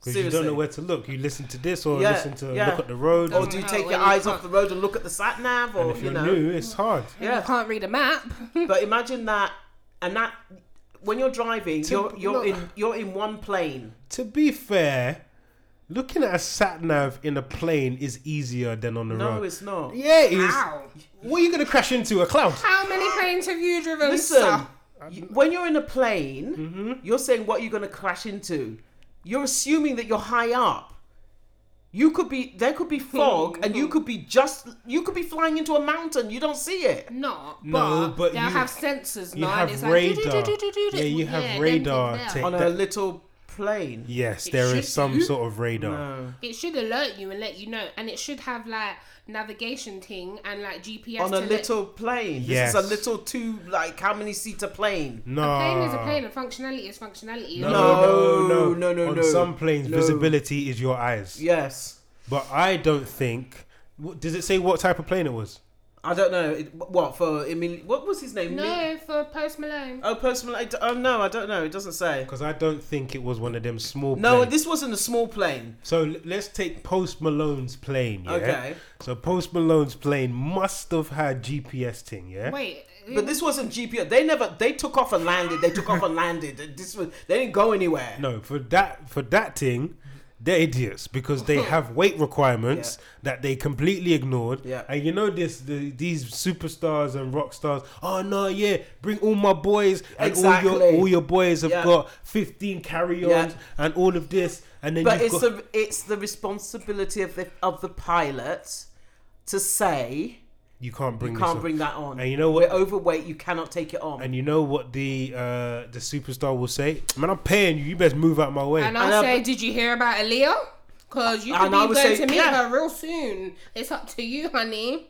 Speaker 1: Because
Speaker 3: Seriously.
Speaker 1: you don't know where to look. You listen to this or
Speaker 3: Yeah,
Speaker 1: listen to
Speaker 3: yeah.
Speaker 1: look at the road.
Speaker 3: or
Speaker 1: And
Speaker 3: do you
Speaker 2: Oh,
Speaker 3: take
Speaker 2: well,
Speaker 3: your
Speaker 2: you
Speaker 3: eyes
Speaker 2: can't.
Speaker 3: off the road and look at the sat nav, or
Speaker 1: if
Speaker 3: you
Speaker 1: you're
Speaker 3: know?
Speaker 1: new, it's hard.
Speaker 2: You
Speaker 3: Yeah.
Speaker 2: can't read a map.
Speaker 3: But imagine that, and that when you're driving, you're you're
Speaker 1: no.
Speaker 3: in you're in one plane.
Speaker 1: To be fair, looking at a sat nav in a plane is easier than on the
Speaker 3: No,
Speaker 1: road.
Speaker 3: it's not.
Speaker 1: Yeah, it is.
Speaker 2: How?
Speaker 1: What are you gonna crash into? A cloud?
Speaker 2: How many planes have you driven?
Speaker 3: Listen,
Speaker 2: sir?
Speaker 3: you- when you're in a plane, you're saying what you're going to crash into. You're assuming that you're high up. You could be there could be fog, and you could be just you could be flying into a mountain. You don't see it.
Speaker 2: Not,
Speaker 1: No,
Speaker 2: no,
Speaker 1: but
Speaker 2: but they'll
Speaker 1: you-
Speaker 2: have sensors.
Speaker 1: You
Speaker 2: no,
Speaker 1: have
Speaker 2: and it's
Speaker 1: radar.
Speaker 2: Like, do, do, do, do, do,
Speaker 1: yeah,
Speaker 2: do.
Speaker 1: you have
Speaker 2: them
Speaker 1: radar.
Speaker 2: things
Speaker 1: Take
Speaker 2: there.
Speaker 3: On a
Speaker 1: that-
Speaker 3: little plane.
Speaker 1: Yes,
Speaker 2: It
Speaker 1: there
Speaker 2: should
Speaker 1: is some
Speaker 2: do.
Speaker 1: sort of radar.
Speaker 3: No.
Speaker 2: It should alert you and let you know, and it should have like navigation thing and like GPS.
Speaker 3: On
Speaker 2: to
Speaker 3: a
Speaker 2: let-
Speaker 3: little plane.
Speaker 1: Yes.
Speaker 3: This is a little two like how many seater plane?
Speaker 1: No.
Speaker 2: A plane is a plane, and functionality is functionality.
Speaker 1: Ah. No,
Speaker 3: No,
Speaker 1: no, no,
Speaker 3: no, no,
Speaker 1: On
Speaker 3: no.
Speaker 1: some planes,
Speaker 3: No.
Speaker 1: visibility is your eyes.
Speaker 3: Yes.
Speaker 1: But I don't think. What, does it say what type of plane it was?
Speaker 3: I don't know it, what for. Emil what was his name? Mil-
Speaker 2: No, for Post Malone.
Speaker 3: Oh, personal. I d- Oh no, I don't know. It doesn't say.
Speaker 1: Because I don't think it was one of them small.
Speaker 3: No,
Speaker 1: planes.
Speaker 3: this wasn't a small plane.
Speaker 1: So l- let's take Post Malone's plane. Yeah?
Speaker 3: Okay.
Speaker 1: So Post Malone's plane must have had GPS thing. Yeah.
Speaker 2: Wait,
Speaker 3: But this wasn't GPS. They never. They took off and landed. They took off and landed. This was. They didn't go anywhere.
Speaker 1: No, for that for that thing, they're idiots because they have weight requirements that they completely ignored.
Speaker 3: Yeah.
Speaker 1: And you know this the, these superstars and rock stars, oh no, yeah, bring all my boys and all
Speaker 3: Exactly.
Speaker 1: your all your boys have
Speaker 3: Yeah.
Speaker 1: got fifteen carry-ons
Speaker 3: Yeah.
Speaker 1: and all of this and then
Speaker 3: But
Speaker 1: you've
Speaker 3: it's
Speaker 1: got
Speaker 3: the it's the responsibility of the of the pilot to say
Speaker 1: you can't bring
Speaker 3: you
Speaker 1: this
Speaker 3: can't
Speaker 1: on.
Speaker 3: bring that on.
Speaker 1: And you know
Speaker 3: We're
Speaker 1: what
Speaker 3: overweight. You cannot take it on.
Speaker 1: and you know what the uh the superstar will say? Man, I'm paying you, you best move out my way.
Speaker 2: and
Speaker 3: and
Speaker 2: I'll
Speaker 3: I-
Speaker 2: say, did you hear about Aaliyah? Because you
Speaker 3: And
Speaker 2: could
Speaker 3: I
Speaker 2: be
Speaker 3: would
Speaker 2: going
Speaker 3: say,
Speaker 2: to meet
Speaker 3: yeah.
Speaker 2: her real soon. It's up to you, honey.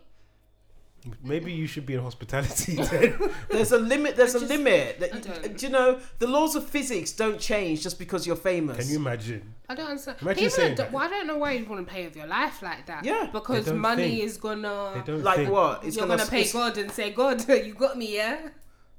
Speaker 1: Maybe you should be in hospitality then.
Speaker 3: There's a limit. There's
Speaker 2: I
Speaker 3: a
Speaker 2: just-
Speaker 3: limit. That
Speaker 2: I
Speaker 3: you,
Speaker 2: don't.
Speaker 3: do you know the laws of physics don't change just because you're famous.
Speaker 1: Can you imagine?
Speaker 2: I don't understand.
Speaker 1: Imagine
Speaker 2: People
Speaker 1: saying
Speaker 2: are,
Speaker 1: that.
Speaker 2: well, I don't know why you want to play with your life like that.
Speaker 3: Yeah.
Speaker 2: because
Speaker 1: They don't
Speaker 2: money
Speaker 1: think.
Speaker 2: is gonna.
Speaker 1: They don't
Speaker 3: like
Speaker 1: think-
Speaker 3: what? It's
Speaker 2: you're gonna, pay
Speaker 3: it's-
Speaker 2: God and say, God, you got me, yeah.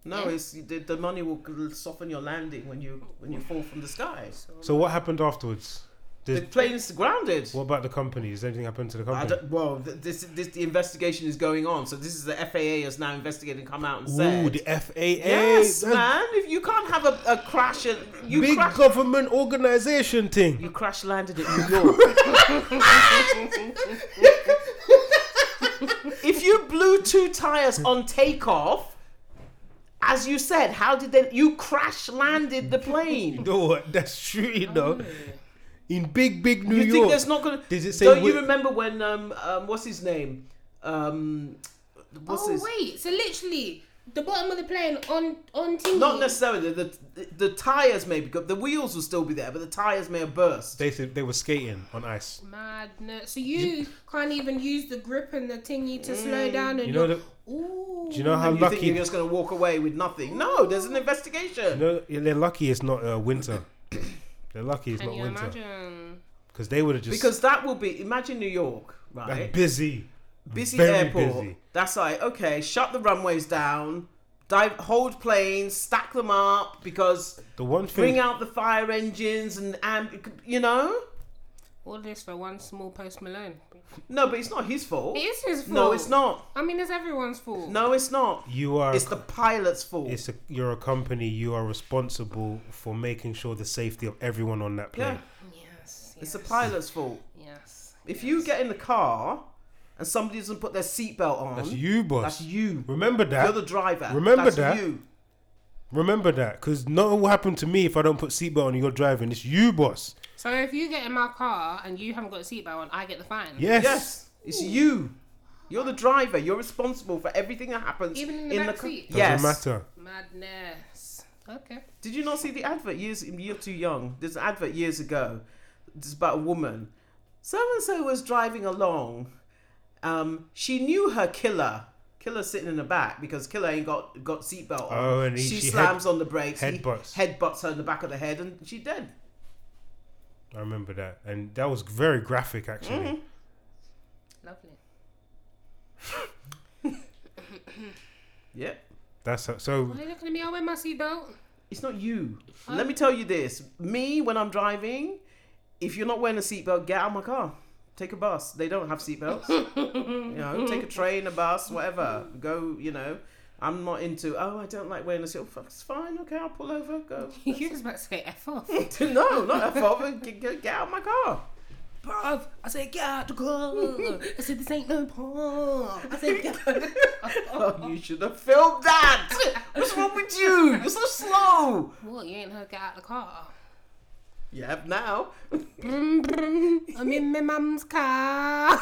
Speaker 3: No, it's the, the money will soften your landing when you when you fall from the sky.
Speaker 1: So what happened afterwards?
Speaker 3: The
Speaker 1: Did,
Speaker 3: plane's grounded.
Speaker 1: what about the company? Has anything happened to the
Speaker 3: I
Speaker 1: company?
Speaker 3: don't, well, th- this, this the investigation is going on. So this is the FAA has now investigated and come out and
Speaker 1: Ooh,
Speaker 3: said,
Speaker 1: the FAA.
Speaker 3: yes,
Speaker 1: that's
Speaker 3: man, if you can't have a, a crash, at, you
Speaker 1: Big
Speaker 3: crash,
Speaker 1: government organization
Speaker 3: you
Speaker 1: thing.
Speaker 3: crash landed at New York. if you blew two tires on takeoff, as you said, how did they? You crash landed the plane.
Speaker 1: You know what? That's true, you
Speaker 2: Oh,
Speaker 1: know. In big, big New
Speaker 3: You
Speaker 1: York.
Speaker 3: think there's not gonna?
Speaker 1: Does it say
Speaker 3: Don't
Speaker 1: whi-
Speaker 3: you remember when um, um what's his name? Um, what's
Speaker 2: oh
Speaker 3: his?
Speaker 2: wait, so literally the bottom of the plane on on TV.
Speaker 3: Not necessarily the the, the tires may be good. The wheels will still be there, but the tires may have burst.
Speaker 1: they said they were skating on ice.
Speaker 2: Madness. So you can't even use the grip and the thingy to slow
Speaker 3: Mm,
Speaker 2: down and
Speaker 1: You know,
Speaker 2: look-
Speaker 1: the,
Speaker 2: Ooh.
Speaker 1: do you know how
Speaker 3: And you think
Speaker 1: lucky?
Speaker 3: you're just going to walk away with nothing? No, there's an investigation.
Speaker 1: no, they're lucky it's not uh, winter. They're lucky it's
Speaker 2: Can
Speaker 1: not
Speaker 2: you
Speaker 1: winter
Speaker 2: imagine?
Speaker 1: because they would have just
Speaker 3: Because that will be imagine New York,
Speaker 1: been
Speaker 3: right?
Speaker 1: busy.
Speaker 3: busy
Speaker 1: very
Speaker 3: airport.
Speaker 1: busy.
Speaker 3: That's like okay, shut the runways down, dive, hold planes, stack them up because
Speaker 1: The one
Speaker 3: bring
Speaker 1: thing,
Speaker 3: out the fire engines and amb- you know.
Speaker 2: All this for one small Post Malone.
Speaker 3: No, but it's not his fault.
Speaker 2: It is his fault.
Speaker 3: No, it's not.
Speaker 2: I mean, it's everyone's fault.
Speaker 3: No, it's not.
Speaker 1: you are
Speaker 3: It's the pilot's fault.
Speaker 1: it's a, you're a company. You are responsible for making sure the safety of everyone on that plane.
Speaker 3: yeah,
Speaker 2: Yes.
Speaker 3: it's the
Speaker 2: yes,
Speaker 3: pilot's fault.
Speaker 2: Yes.
Speaker 3: If you get in the car and somebody doesn't put their seatbelt on,
Speaker 1: That's you, boss.
Speaker 3: that's you.
Speaker 1: Remember that.
Speaker 3: You're the driver.
Speaker 1: Remember
Speaker 3: That's
Speaker 1: that.
Speaker 3: You.
Speaker 1: Remember that, because nothing will happen to me if I don't put seatbelt on and you're driving. It's you, boss.
Speaker 2: So if you get in my car and you haven't got a seatbelt on, I get the fine.
Speaker 1: Yes.
Speaker 3: Yes, it's you. You're the driver. You're responsible for everything that happens
Speaker 2: Even in the back
Speaker 3: car.
Speaker 2: seat?
Speaker 1: Doesn't
Speaker 3: Yes.
Speaker 1: matter.
Speaker 2: Madness. Okay.
Speaker 3: Did you not see the advert years? You're too young. There's an advert years ago. It's about a woman. So and so was driving along. Um, she knew her killer. Killer sitting in the back because killer ain't got got seatbelt on.
Speaker 1: Oh, and he-
Speaker 3: she,
Speaker 1: she
Speaker 3: slams on the brakes. he
Speaker 1: headbutts.
Speaker 3: Headbutts her in the back of the head, and she dead.
Speaker 1: I remember that. And that was very graphic, actually.
Speaker 3: Mm-hmm.
Speaker 2: Lovely.
Speaker 3: Yep.
Speaker 1: That's so.
Speaker 2: Why are you looking at me? I wear my seatbelt.
Speaker 3: It's not you. Let me tell you this. Me, when I'm driving, if you're not wearing a seatbelt, get out of my car. Take a bus. They don't have seatbelts. you know, take a train, a bus, whatever. Go, you know. I'm not into, oh, I don't like wearing a seatbelt. Fuck, It's fine. Okay, I'll pull over. Go.
Speaker 2: You was about to say F off.
Speaker 3: no, not a fault. Get, get, get out of my car.
Speaker 2: Bruv, I said get out the car. I said this ain't no car. I said get out the car.
Speaker 3: Oh, you should have filmed that. What's wrong with you? You're so slow.
Speaker 2: What, you ain't heard get out the car?
Speaker 3: You have now.
Speaker 2: Brum, brum, I'm in my mum's car.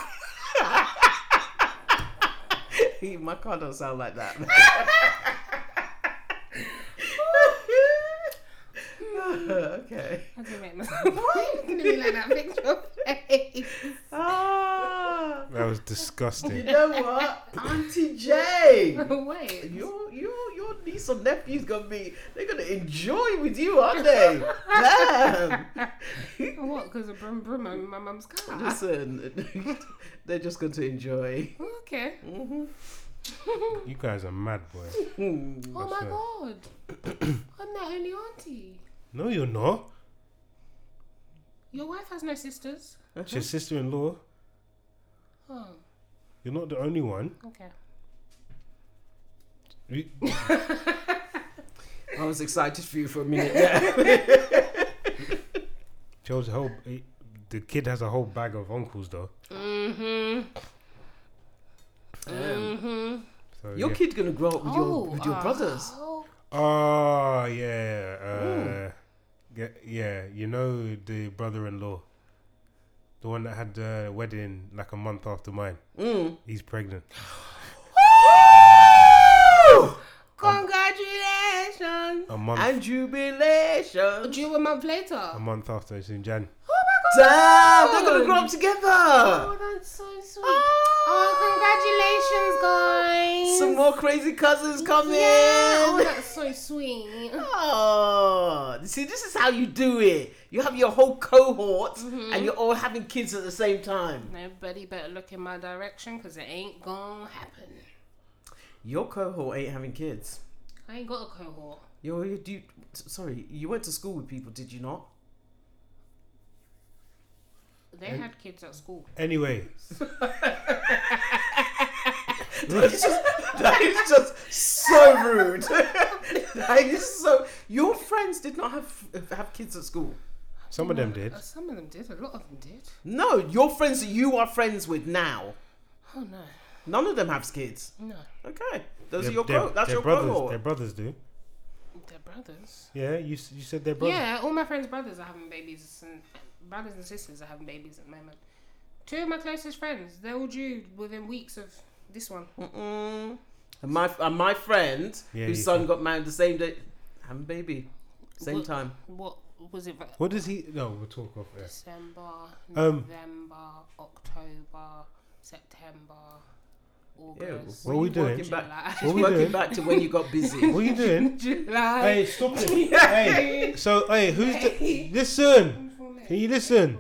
Speaker 3: my car don't sound like that. okay.
Speaker 2: I didn't make myself. Why are you looking at me like that? Fix your face.
Speaker 3: Ah,
Speaker 1: That was
Speaker 3: you
Speaker 1: disgusting.
Speaker 3: know what, Auntie J,
Speaker 2: Wait.
Speaker 3: your your your niece or nephew's gonna be they're gonna enjoy with you, aren't they? Damn.
Speaker 2: What? Because of brum brum, I'm in my mum's car.
Speaker 3: Listen, they're just going to enjoy.
Speaker 2: Oh,
Speaker 3: Mm-hmm.
Speaker 2: Okay.
Speaker 3: Mm,
Speaker 1: you guys are mad, boy.
Speaker 3: Hmm.
Speaker 2: Oh
Speaker 1: That's
Speaker 2: my god.
Speaker 1: it.
Speaker 2: I'm the only auntie.
Speaker 1: No, you're not.
Speaker 2: Your wife has no sisters.
Speaker 1: It's your sister in law.
Speaker 2: Oh,
Speaker 1: You're not the only one.
Speaker 2: okay.
Speaker 1: You-
Speaker 3: I was excited for you for a minute. Yeah.
Speaker 1: Joe's whole. The kid has a whole bag of uncles, though.
Speaker 2: Mm-hmm. Mm-hmm.
Speaker 1: So,
Speaker 3: Your
Speaker 1: yeah.
Speaker 3: kid's gonna grow up with your with your brothers.
Speaker 2: Oh,
Speaker 1: Oh yeah,
Speaker 3: Mm.
Speaker 1: uh, yeah, yeah. You know the brother-in-law, the one that had the wedding like a month after mine.
Speaker 3: Mm.
Speaker 1: He's pregnant.
Speaker 2: congratulations.
Speaker 1: A month,
Speaker 3: and jubilation.
Speaker 2: Due a month later.
Speaker 1: a month after it's in Jan.
Speaker 3: Damn, they're gonna grow up together.
Speaker 2: Oh, that's so sweet.
Speaker 3: Oh,
Speaker 2: Oh, congratulations, guys.
Speaker 3: Some more crazy cousins coming.
Speaker 2: yeah. Oh, that's so sweet.
Speaker 3: Oh, see, this is how you do it. You have your whole cohort,
Speaker 2: Mm-hmm.
Speaker 3: and you're all having kids at the same time.
Speaker 2: Nobody better look in my direction because it ain't gonna happen.
Speaker 3: Your cohort ain't having kids.
Speaker 2: I ain't got a cohort.
Speaker 3: You're, you do. Sorry, you went to school with people, did you not?
Speaker 2: They had kids at school.
Speaker 1: Anyway,
Speaker 3: That is just, that is just so rude. that is so. Your friends did not have have kids at school.
Speaker 1: some of them did.
Speaker 2: Uh, Some of them did. A lot of them did.
Speaker 3: No, your friends that you are friends with now,
Speaker 2: Oh no,
Speaker 3: none of them have kids.
Speaker 2: no,
Speaker 3: Okay, those
Speaker 1: Their-
Speaker 3: are your
Speaker 1: their-
Speaker 3: co- that's
Speaker 1: their
Speaker 3: your
Speaker 1: brothers. Their
Speaker 3: cohort.
Speaker 1: brothers do.
Speaker 2: they're brothers.
Speaker 1: Yeah, you s- you said their brothers.
Speaker 2: Yeah, all my friends' brothers are having babies, and brothers and sisters are having babies at the moment. Two of my closest friends, they're all due within weeks of this one.
Speaker 3: Mm-mm. And my and my friend
Speaker 1: Yeah,
Speaker 3: whose
Speaker 1: you
Speaker 3: son
Speaker 1: can-
Speaker 3: got married the same day, having a baby, same
Speaker 2: What-
Speaker 3: time.
Speaker 2: What was it?
Speaker 1: What does he? No, we'll talk off air.
Speaker 2: December,
Speaker 1: Um,
Speaker 2: November, October, September, August.
Speaker 1: What are we
Speaker 3: You're working
Speaker 1: doing?
Speaker 3: Back,
Speaker 2: July.
Speaker 1: What are we
Speaker 3: working
Speaker 1: doing?
Speaker 3: back to when you got busy.
Speaker 1: What are you doing?
Speaker 2: July.
Speaker 1: hey, stop it. hey, so hey, who's the? Listen, can you listen?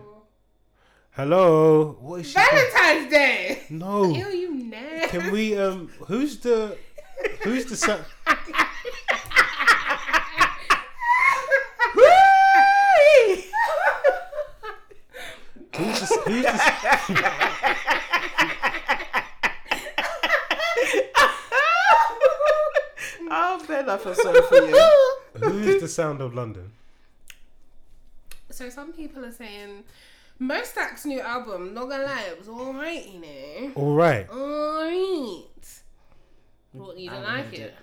Speaker 1: Hello. What is she? doing?
Speaker 2: Valentine's Day.
Speaker 1: No.
Speaker 2: Ew, you nasty.
Speaker 1: Can we um who's the who's the sa- who's the who's the
Speaker 3: oh man, I feel sorry for you.
Speaker 1: who's the sound of London?
Speaker 2: So some people are saying Mostak's new album, not gonna lie, it was alright, you know.
Speaker 1: All right.
Speaker 2: Alright. What you don't
Speaker 3: I
Speaker 2: like
Speaker 3: loved
Speaker 2: it?
Speaker 3: it.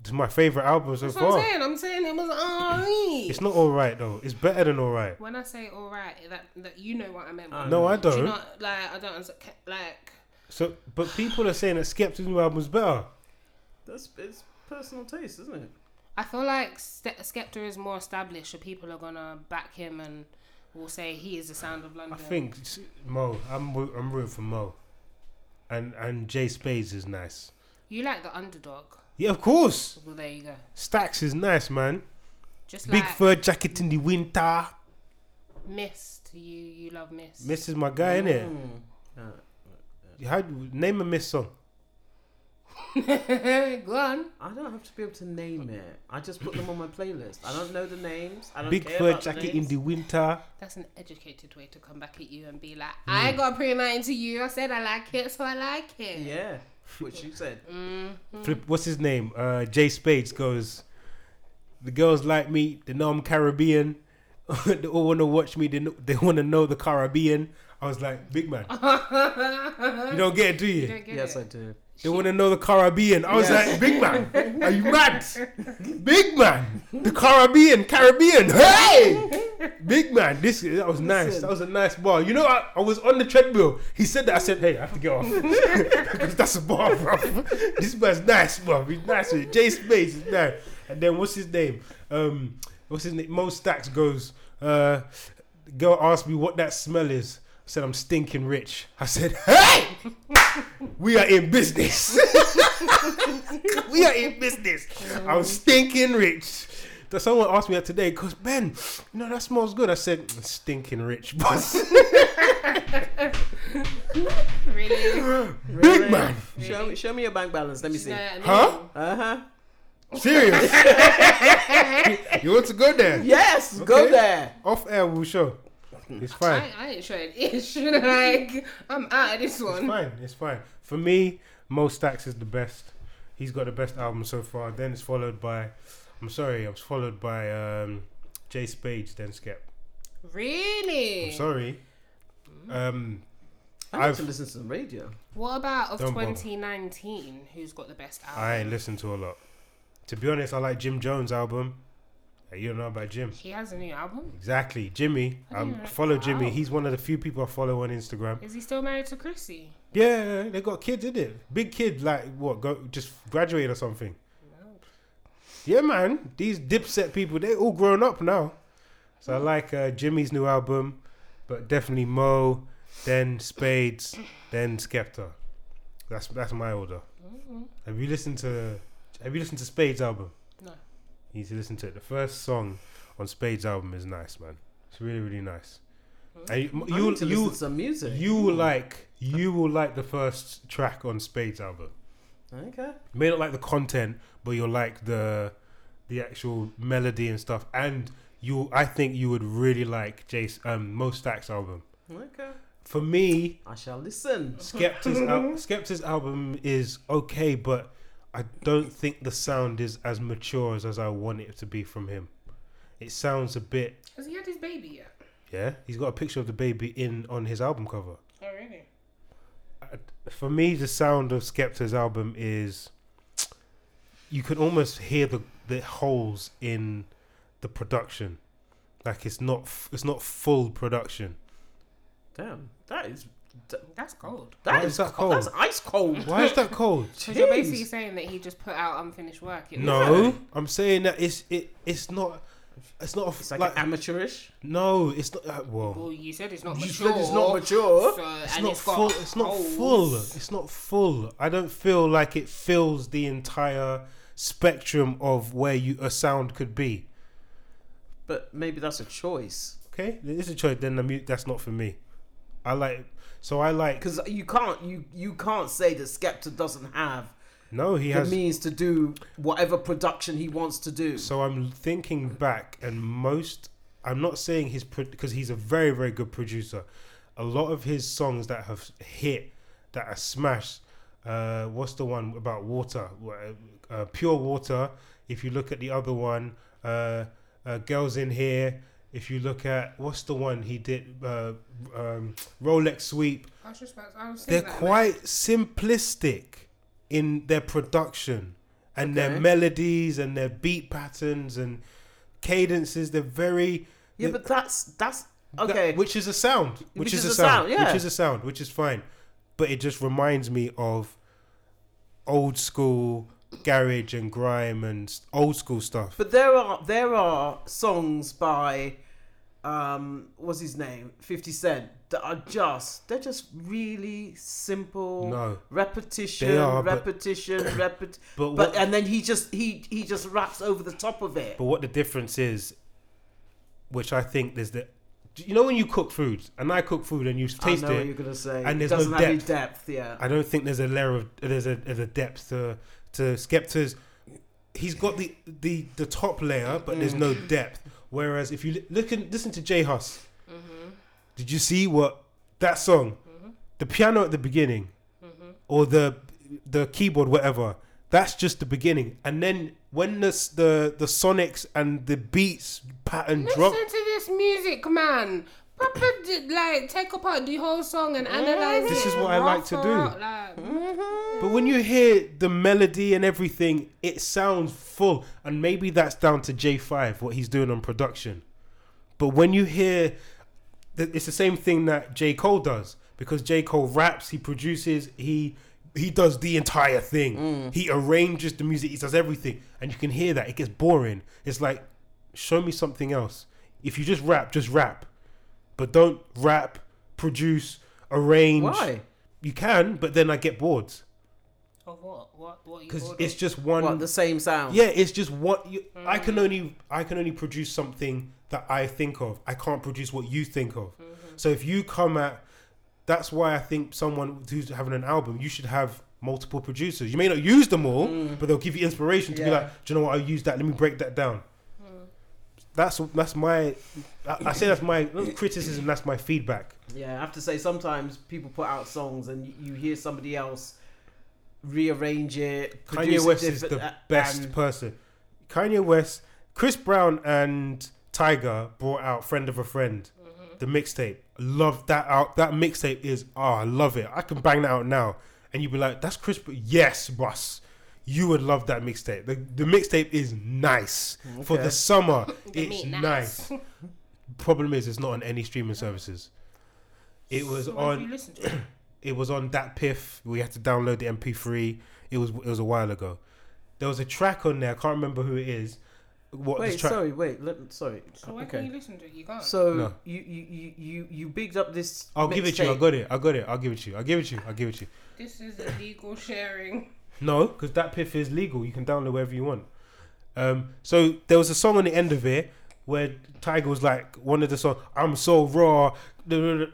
Speaker 1: It's my favorite album so
Speaker 2: That's what I'm
Speaker 1: far.
Speaker 2: saying. I'm saying it was alright.
Speaker 1: It's not all right though. It's better than all right.
Speaker 2: When I say alright, that that you know what I meant. by
Speaker 3: I
Speaker 2: that.
Speaker 1: No, I
Speaker 2: Do you
Speaker 1: Uh, don't.
Speaker 2: not like? I don't understand- like.
Speaker 1: So, but people are saying that Skepta's new album's better.
Speaker 3: That's it's personal taste, isn't it?
Speaker 2: I feel like Ste- Skepta is more established, so people are gonna back him and will say he is the sound of
Speaker 1: I
Speaker 2: London.
Speaker 1: think s- Mo. I'm roo- I'm rooting for Mo, and and Jay Spades is nice.
Speaker 2: you like the underdog.
Speaker 1: Yeah, of course.
Speaker 2: Well, there you go.
Speaker 1: Stax is nice, man.
Speaker 2: Just
Speaker 1: Big
Speaker 2: like
Speaker 1: fur jacket in the winter.
Speaker 2: Mist. You you love Mist.
Speaker 1: Miss is my guy, innit?
Speaker 3: Mm. Yeah. Mm.
Speaker 1: You had name a Miss song.
Speaker 2: go on.
Speaker 3: I don't have to be able to name it. I just put them on my playlist. I don't know the names. I don't
Speaker 1: Big
Speaker 3: care
Speaker 1: fur
Speaker 3: about
Speaker 1: jacket
Speaker 3: the
Speaker 1: in
Speaker 3: names.
Speaker 1: the winter.
Speaker 2: That's an educated way to come back at you and be like, I
Speaker 1: Hmm.
Speaker 2: got pretty night into you. I said I like it, so I like it.
Speaker 3: Yeah, which you said. Mm.
Speaker 1: Flip, what's his name? Uh, Jay Spades goes. The girls like me. They know I'm Caribbean. they all want to watch me. They know, they want to know the Caribbean. I was like, big man, you don't get it, do
Speaker 2: You
Speaker 1: you?
Speaker 2: don't get
Speaker 3: Yes,
Speaker 2: it.
Speaker 3: I do.
Speaker 1: They want to know the Caribbean. I was like, big man, are you mad? big man, the Caribbean, Caribbean. Hey, big man, this that was nice. That was a nice bar. You know, I, I was on the treadmill. He said that. I said, hey, I have to get off because that's a bar, bro. this man's nice, bro. He's nice. With it. Jay Space is nice. And then what's his name? Um, what's his name? Mo Stacks goes. Uh, the girl asked me what that smell is. I said, I'm stinking rich. I said, hey, we are in business. we are in business. I'm stinking rich. That someone asked me that today, because Ben, you know that smells good. I said, stinking rich, boss.
Speaker 2: Really?
Speaker 1: Big man.
Speaker 3: Show me, show me your bank balance. Let me
Speaker 2: You
Speaker 3: see.
Speaker 2: know what I mean?
Speaker 1: Huh?
Speaker 3: Uh huh.
Speaker 1: Serious. you want to go there?
Speaker 3: Yes, go
Speaker 1: Okay.
Speaker 3: there.
Speaker 1: Off air, we'll show. It's fine.
Speaker 2: I, I ain't showing ish. like, I'm out of this
Speaker 1: It's
Speaker 2: one.
Speaker 1: fine. It's fine. For me, Mo Stacks is the best. He's got the best album so far. Then it's followed by, I'm sorry, I was followed by um, Jay Spades, then Skep.
Speaker 2: Really?
Speaker 1: I'm sorry. Um,
Speaker 3: I need
Speaker 1: I've-
Speaker 3: to listen to some radio.
Speaker 2: What about of
Speaker 1: Don't bother.
Speaker 2: 2019? Who's got the best album?
Speaker 1: I ain't listened to a lot. To be honest, I like Jim Jones' album. Uh, You don't know about Jim.
Speaker 2: He has a new album.
Speaker 1: Exactly. Jimmy.
Speaker 2: I didn't
Speaker 1: Um,
Speaker 2: know-
Speaker 1: follow Jimmy.
Speaker 2: wow.
Speaker 1: He's one of the few people I follow on Instagram.
Speaker 2: Is he still married to Chrissy?
Speaker 1: Yeah, they got kids, did it? Big kid, like what? Go just graduated or something. Yeah, man. These dipset people, they all grown up now. So I like uh, Jimmy's new album, but definitely Mo, then Spades, then Skepta. That's that's my order.
Speaker 3: Mm-hmm.
Speaker 1: Have you listened to Have you listened to Spades album?
Speaker 2: No.
Speaker 1: You need to listen to it. The first song on Spades album is nice, man. It's really really nice. And you
Speaker 3: I
Speaker 1: you,
Speaker 3: need to
Speaker 1: you,
Speaker 3: listen to some music.
Speaker 1: you will like you will like the first track on Spade's album.
Speaker 3: okay?
Speaker 1: You may not like the content, but you'll like the the actual melody and stuff. And you, I think you would really like Jace um, Mo Stack's album.
Speaker 3: Okay.
Speaker 1: For me,
Speaker 3: I shall listen.
Speaker 1: Skepta's al- Skepta's album is okay, but I don't think the sound is as mature as, as I want it to be from him. It sounds a bit
Speaker 2: Has he had his baby yet?
Speaker 1: yeah. He's got a picture of the baby in on his album cover.
Speaker 2: Oh, really?
Speaker 1: for me, the sound of Skepta's album is you can almost hear the the holes in the production, like it's not f- it's not full production.
Speaker 3: Damn, that is
Speaker 2: That's cold.
Speaker 1: Why
Speaker 3: that
Speaker 1: is
Speaker 3: is,
Speaker 1: that
Speaker 3: cold. That's
Speaker 1: cold?
Speaker 3: ice cold.
Speaker 1: Why is that cold?
Speaker 2: Because you're
Speaker 3: Jeez.
Speaker 2: basically saying that he just put out unfinished work. It was-
Speaker 1: No, I'm saying that it's it it's not it's not a,
Speaker 3: It's
Speaker 1: like,
Speaker 3: like, amateurish.
Speaker 1: no it's not uh, well
Speaker 2: Well, you said it's not
Speaker 3: You
Speaker 2: mature.
Speaker 3: said it's not mature.
Speaker 2: So,
Speaker 1: it's
Speaker 2: and
Speaker 1: not
Speaker 2: it's got
Speaker 1: full it's not
Speaker 2: holes.
Speaker 1: full it's not full. I don't feel like it fills the entire spectrum of where you a sound could be.
Speaker 3: But maybe that's a choice
Speaker 1: Okay, there is a choice. Then the mu- that's not for me. I like so I like
Speaker 3: because you can't you you can't say that Skepta doesn't have
Speaker 1: no he
Speaker 3: the
Speaker 1: has
Speaker 3: means to do whatever production he wants to do.
Speaker 1: so I'm thinking back and most I'm not saying his because he's a very very good producer. A lot of his songs that have hit that are smashed. Uh, what's the one about water? Uh, pure water. If you look at the other one, uh, uh, girls in here. If you look at what's the one he did, uh, um, Rolex sweep.
Speaker 2: I was just about to, I was
Speaker 1: they're
Speaker 2: saying that.
Speaker 1: quite simplistic in their production and
Speaker 3: Okay.
Speaker 1: their melodies and their beat patterns and cadences. They're very
Speaker 3: Yeah, but that's that's okay.
Speaker 1: that- which is a sound. Which, is, a sound. Which
Speaker 3: yeah.
Speaker 1: is a sound. Which is fine. But it just reminds me of old school garage and grime and s- old school stuff.
Speaker 3: But there are there are songs by um what's his name? 50 Cent that are just they're just really simple
Speaker 1: No.
Speaker 3: repetition
Speaker 1: They are, but-
Speaker 3: repetition repet
Speaker 1: but
Speaker 3: but,
Speaker 1: what-
Speaker 3: and then he just he he just raps over the top of it.
Speaker 1: But what the difference is, which I think is that you know when you cook food and I cook food and you
Speaker 3: I
Speaker 1: taste
Speaker 3: know what you're
Speaker 1: it,
Speaker 3: going to say.
Speaker 1: and
Speaker 3: it
Speaker 1: there's no
Speaker 3: doesn't have any depth, yeah.
Speaker 1: I don't think there's a layer of there's a there's a depth to to Skepta's. He's got the the the top layer, but there's no
Speaker 2: Mm.
Speaker 1: depth. Whereas if you li- look and listen to J Hus,
Speaker 2: Mm-hmm.
Speaker 1: did you see what that song, the piano at the beginning,
Speaker 2: Mm-hmm.
Speaker 1: or the the keyboard, whatever? That's just the beginning, and then when the s- the the sonics and the beats pattern
Speaker 2: Listen
Speaker 1: drop,
Speaker 2: to this music, man. Proper, d- like, take apart the whole song and analyze
Speaker 1: This
Speaker 2: it.
Speaker 1: is what I like to
Speaker 2: Rough
Speaker 1: do.
Speaker 2: out, like,
Speaker 1: But when you hear the melody and everything, it sounds full. And maybe that's down to J5, what he's doing on production. But when you hear, th- it's the same thing that J. Cole does. Because J. Cole raps, he produces, he he does the entire thing. He arranges the music, he does everything. And you can hear that. It gets boring. It's like, show me something else. If you just rap, just rap. But don't rap, produce, arrange.
Speaker 3: Why?
Speaker 1: You can, but then I get bored
Speaker 2: Of what? What? What? you
Speaker 1: because
Speaker 2: ordered?
Speaker 1: it's just one.
Speaker 3: What the Mm-hmm. same sound?
Speaker 1: yeah, it's just what you. I can only I can only produce something that I think of. I can't produce what you think of.
Speaker 3: Mm-hmm.
Speaker 1: So if you come at, that's why I think someone who's having an album, you should have multiple producers. You may not use them all, but they'll give you inspiration to be
Speaker 3: Mm. Yeah. Mm.
Speaker 1: like, do you know what? I'll use that. Let me break that down. That's that's my. I, I say that's my not criticism. That's my feedback.
Speaker 3: Yeah, I have to say sometimes people put out songs and you, you hear somebody else rearrange it. produce
Speaker 1: Kanye
Speaker 3: it
Speaker 1: West is
Speaker 3: different-
Speaker 1: the
Speaker 3: uh,
Speaker 1: best
Speaker 3: and-
Speaker 1: person. Kanye West, Chris Brown, and Tiger brought out "Friend of a Friend,"
Speaker 2: Mm-hmm.
Speaker 1: the mixtape. Love that out. That mixtape is ah, I love it. I can bang that out now, and you'd be like, "That's Chris." Br- yes, Russ, you would love that mixtape. The, the mixtape is nice for
Speaker 3: Okay.
Speaker 1: the summer.
Speaker 2: They
Speaker 1: it's
Speaker 2: mean
Speaker 1: nice. Problem is, it's not on any streaming services. It was
Speaker 2: So what
Speaker 1: on
Speaker 2: do you listen to?
Speaker 1: it was on that piff we had to download the mp3 it was it was a while ago there was a track on there i can't remember who it is what
Speaker 3: Wait,
Speaker 1: this track
Speaker 3: sorry, wait, let, sorry.
Speaker 2: So Oh, why can you listen to it? You can't.
Speaker 3: So
Speaker 1: No.
Speaker 3: you, you you you you bigged up this.
Speaker 1: i'll give it to you i
Speaker 3: mixtape.
Speaker 1: got it i got it i'll give it to you i'll give it to you i'll give it to you
Speaker 2: this is illegal sharing.
Speaker 1: no because that piff is legal you can download wherever you want um so there was a song on the end of it where tiger was like one of the songs i'm so raw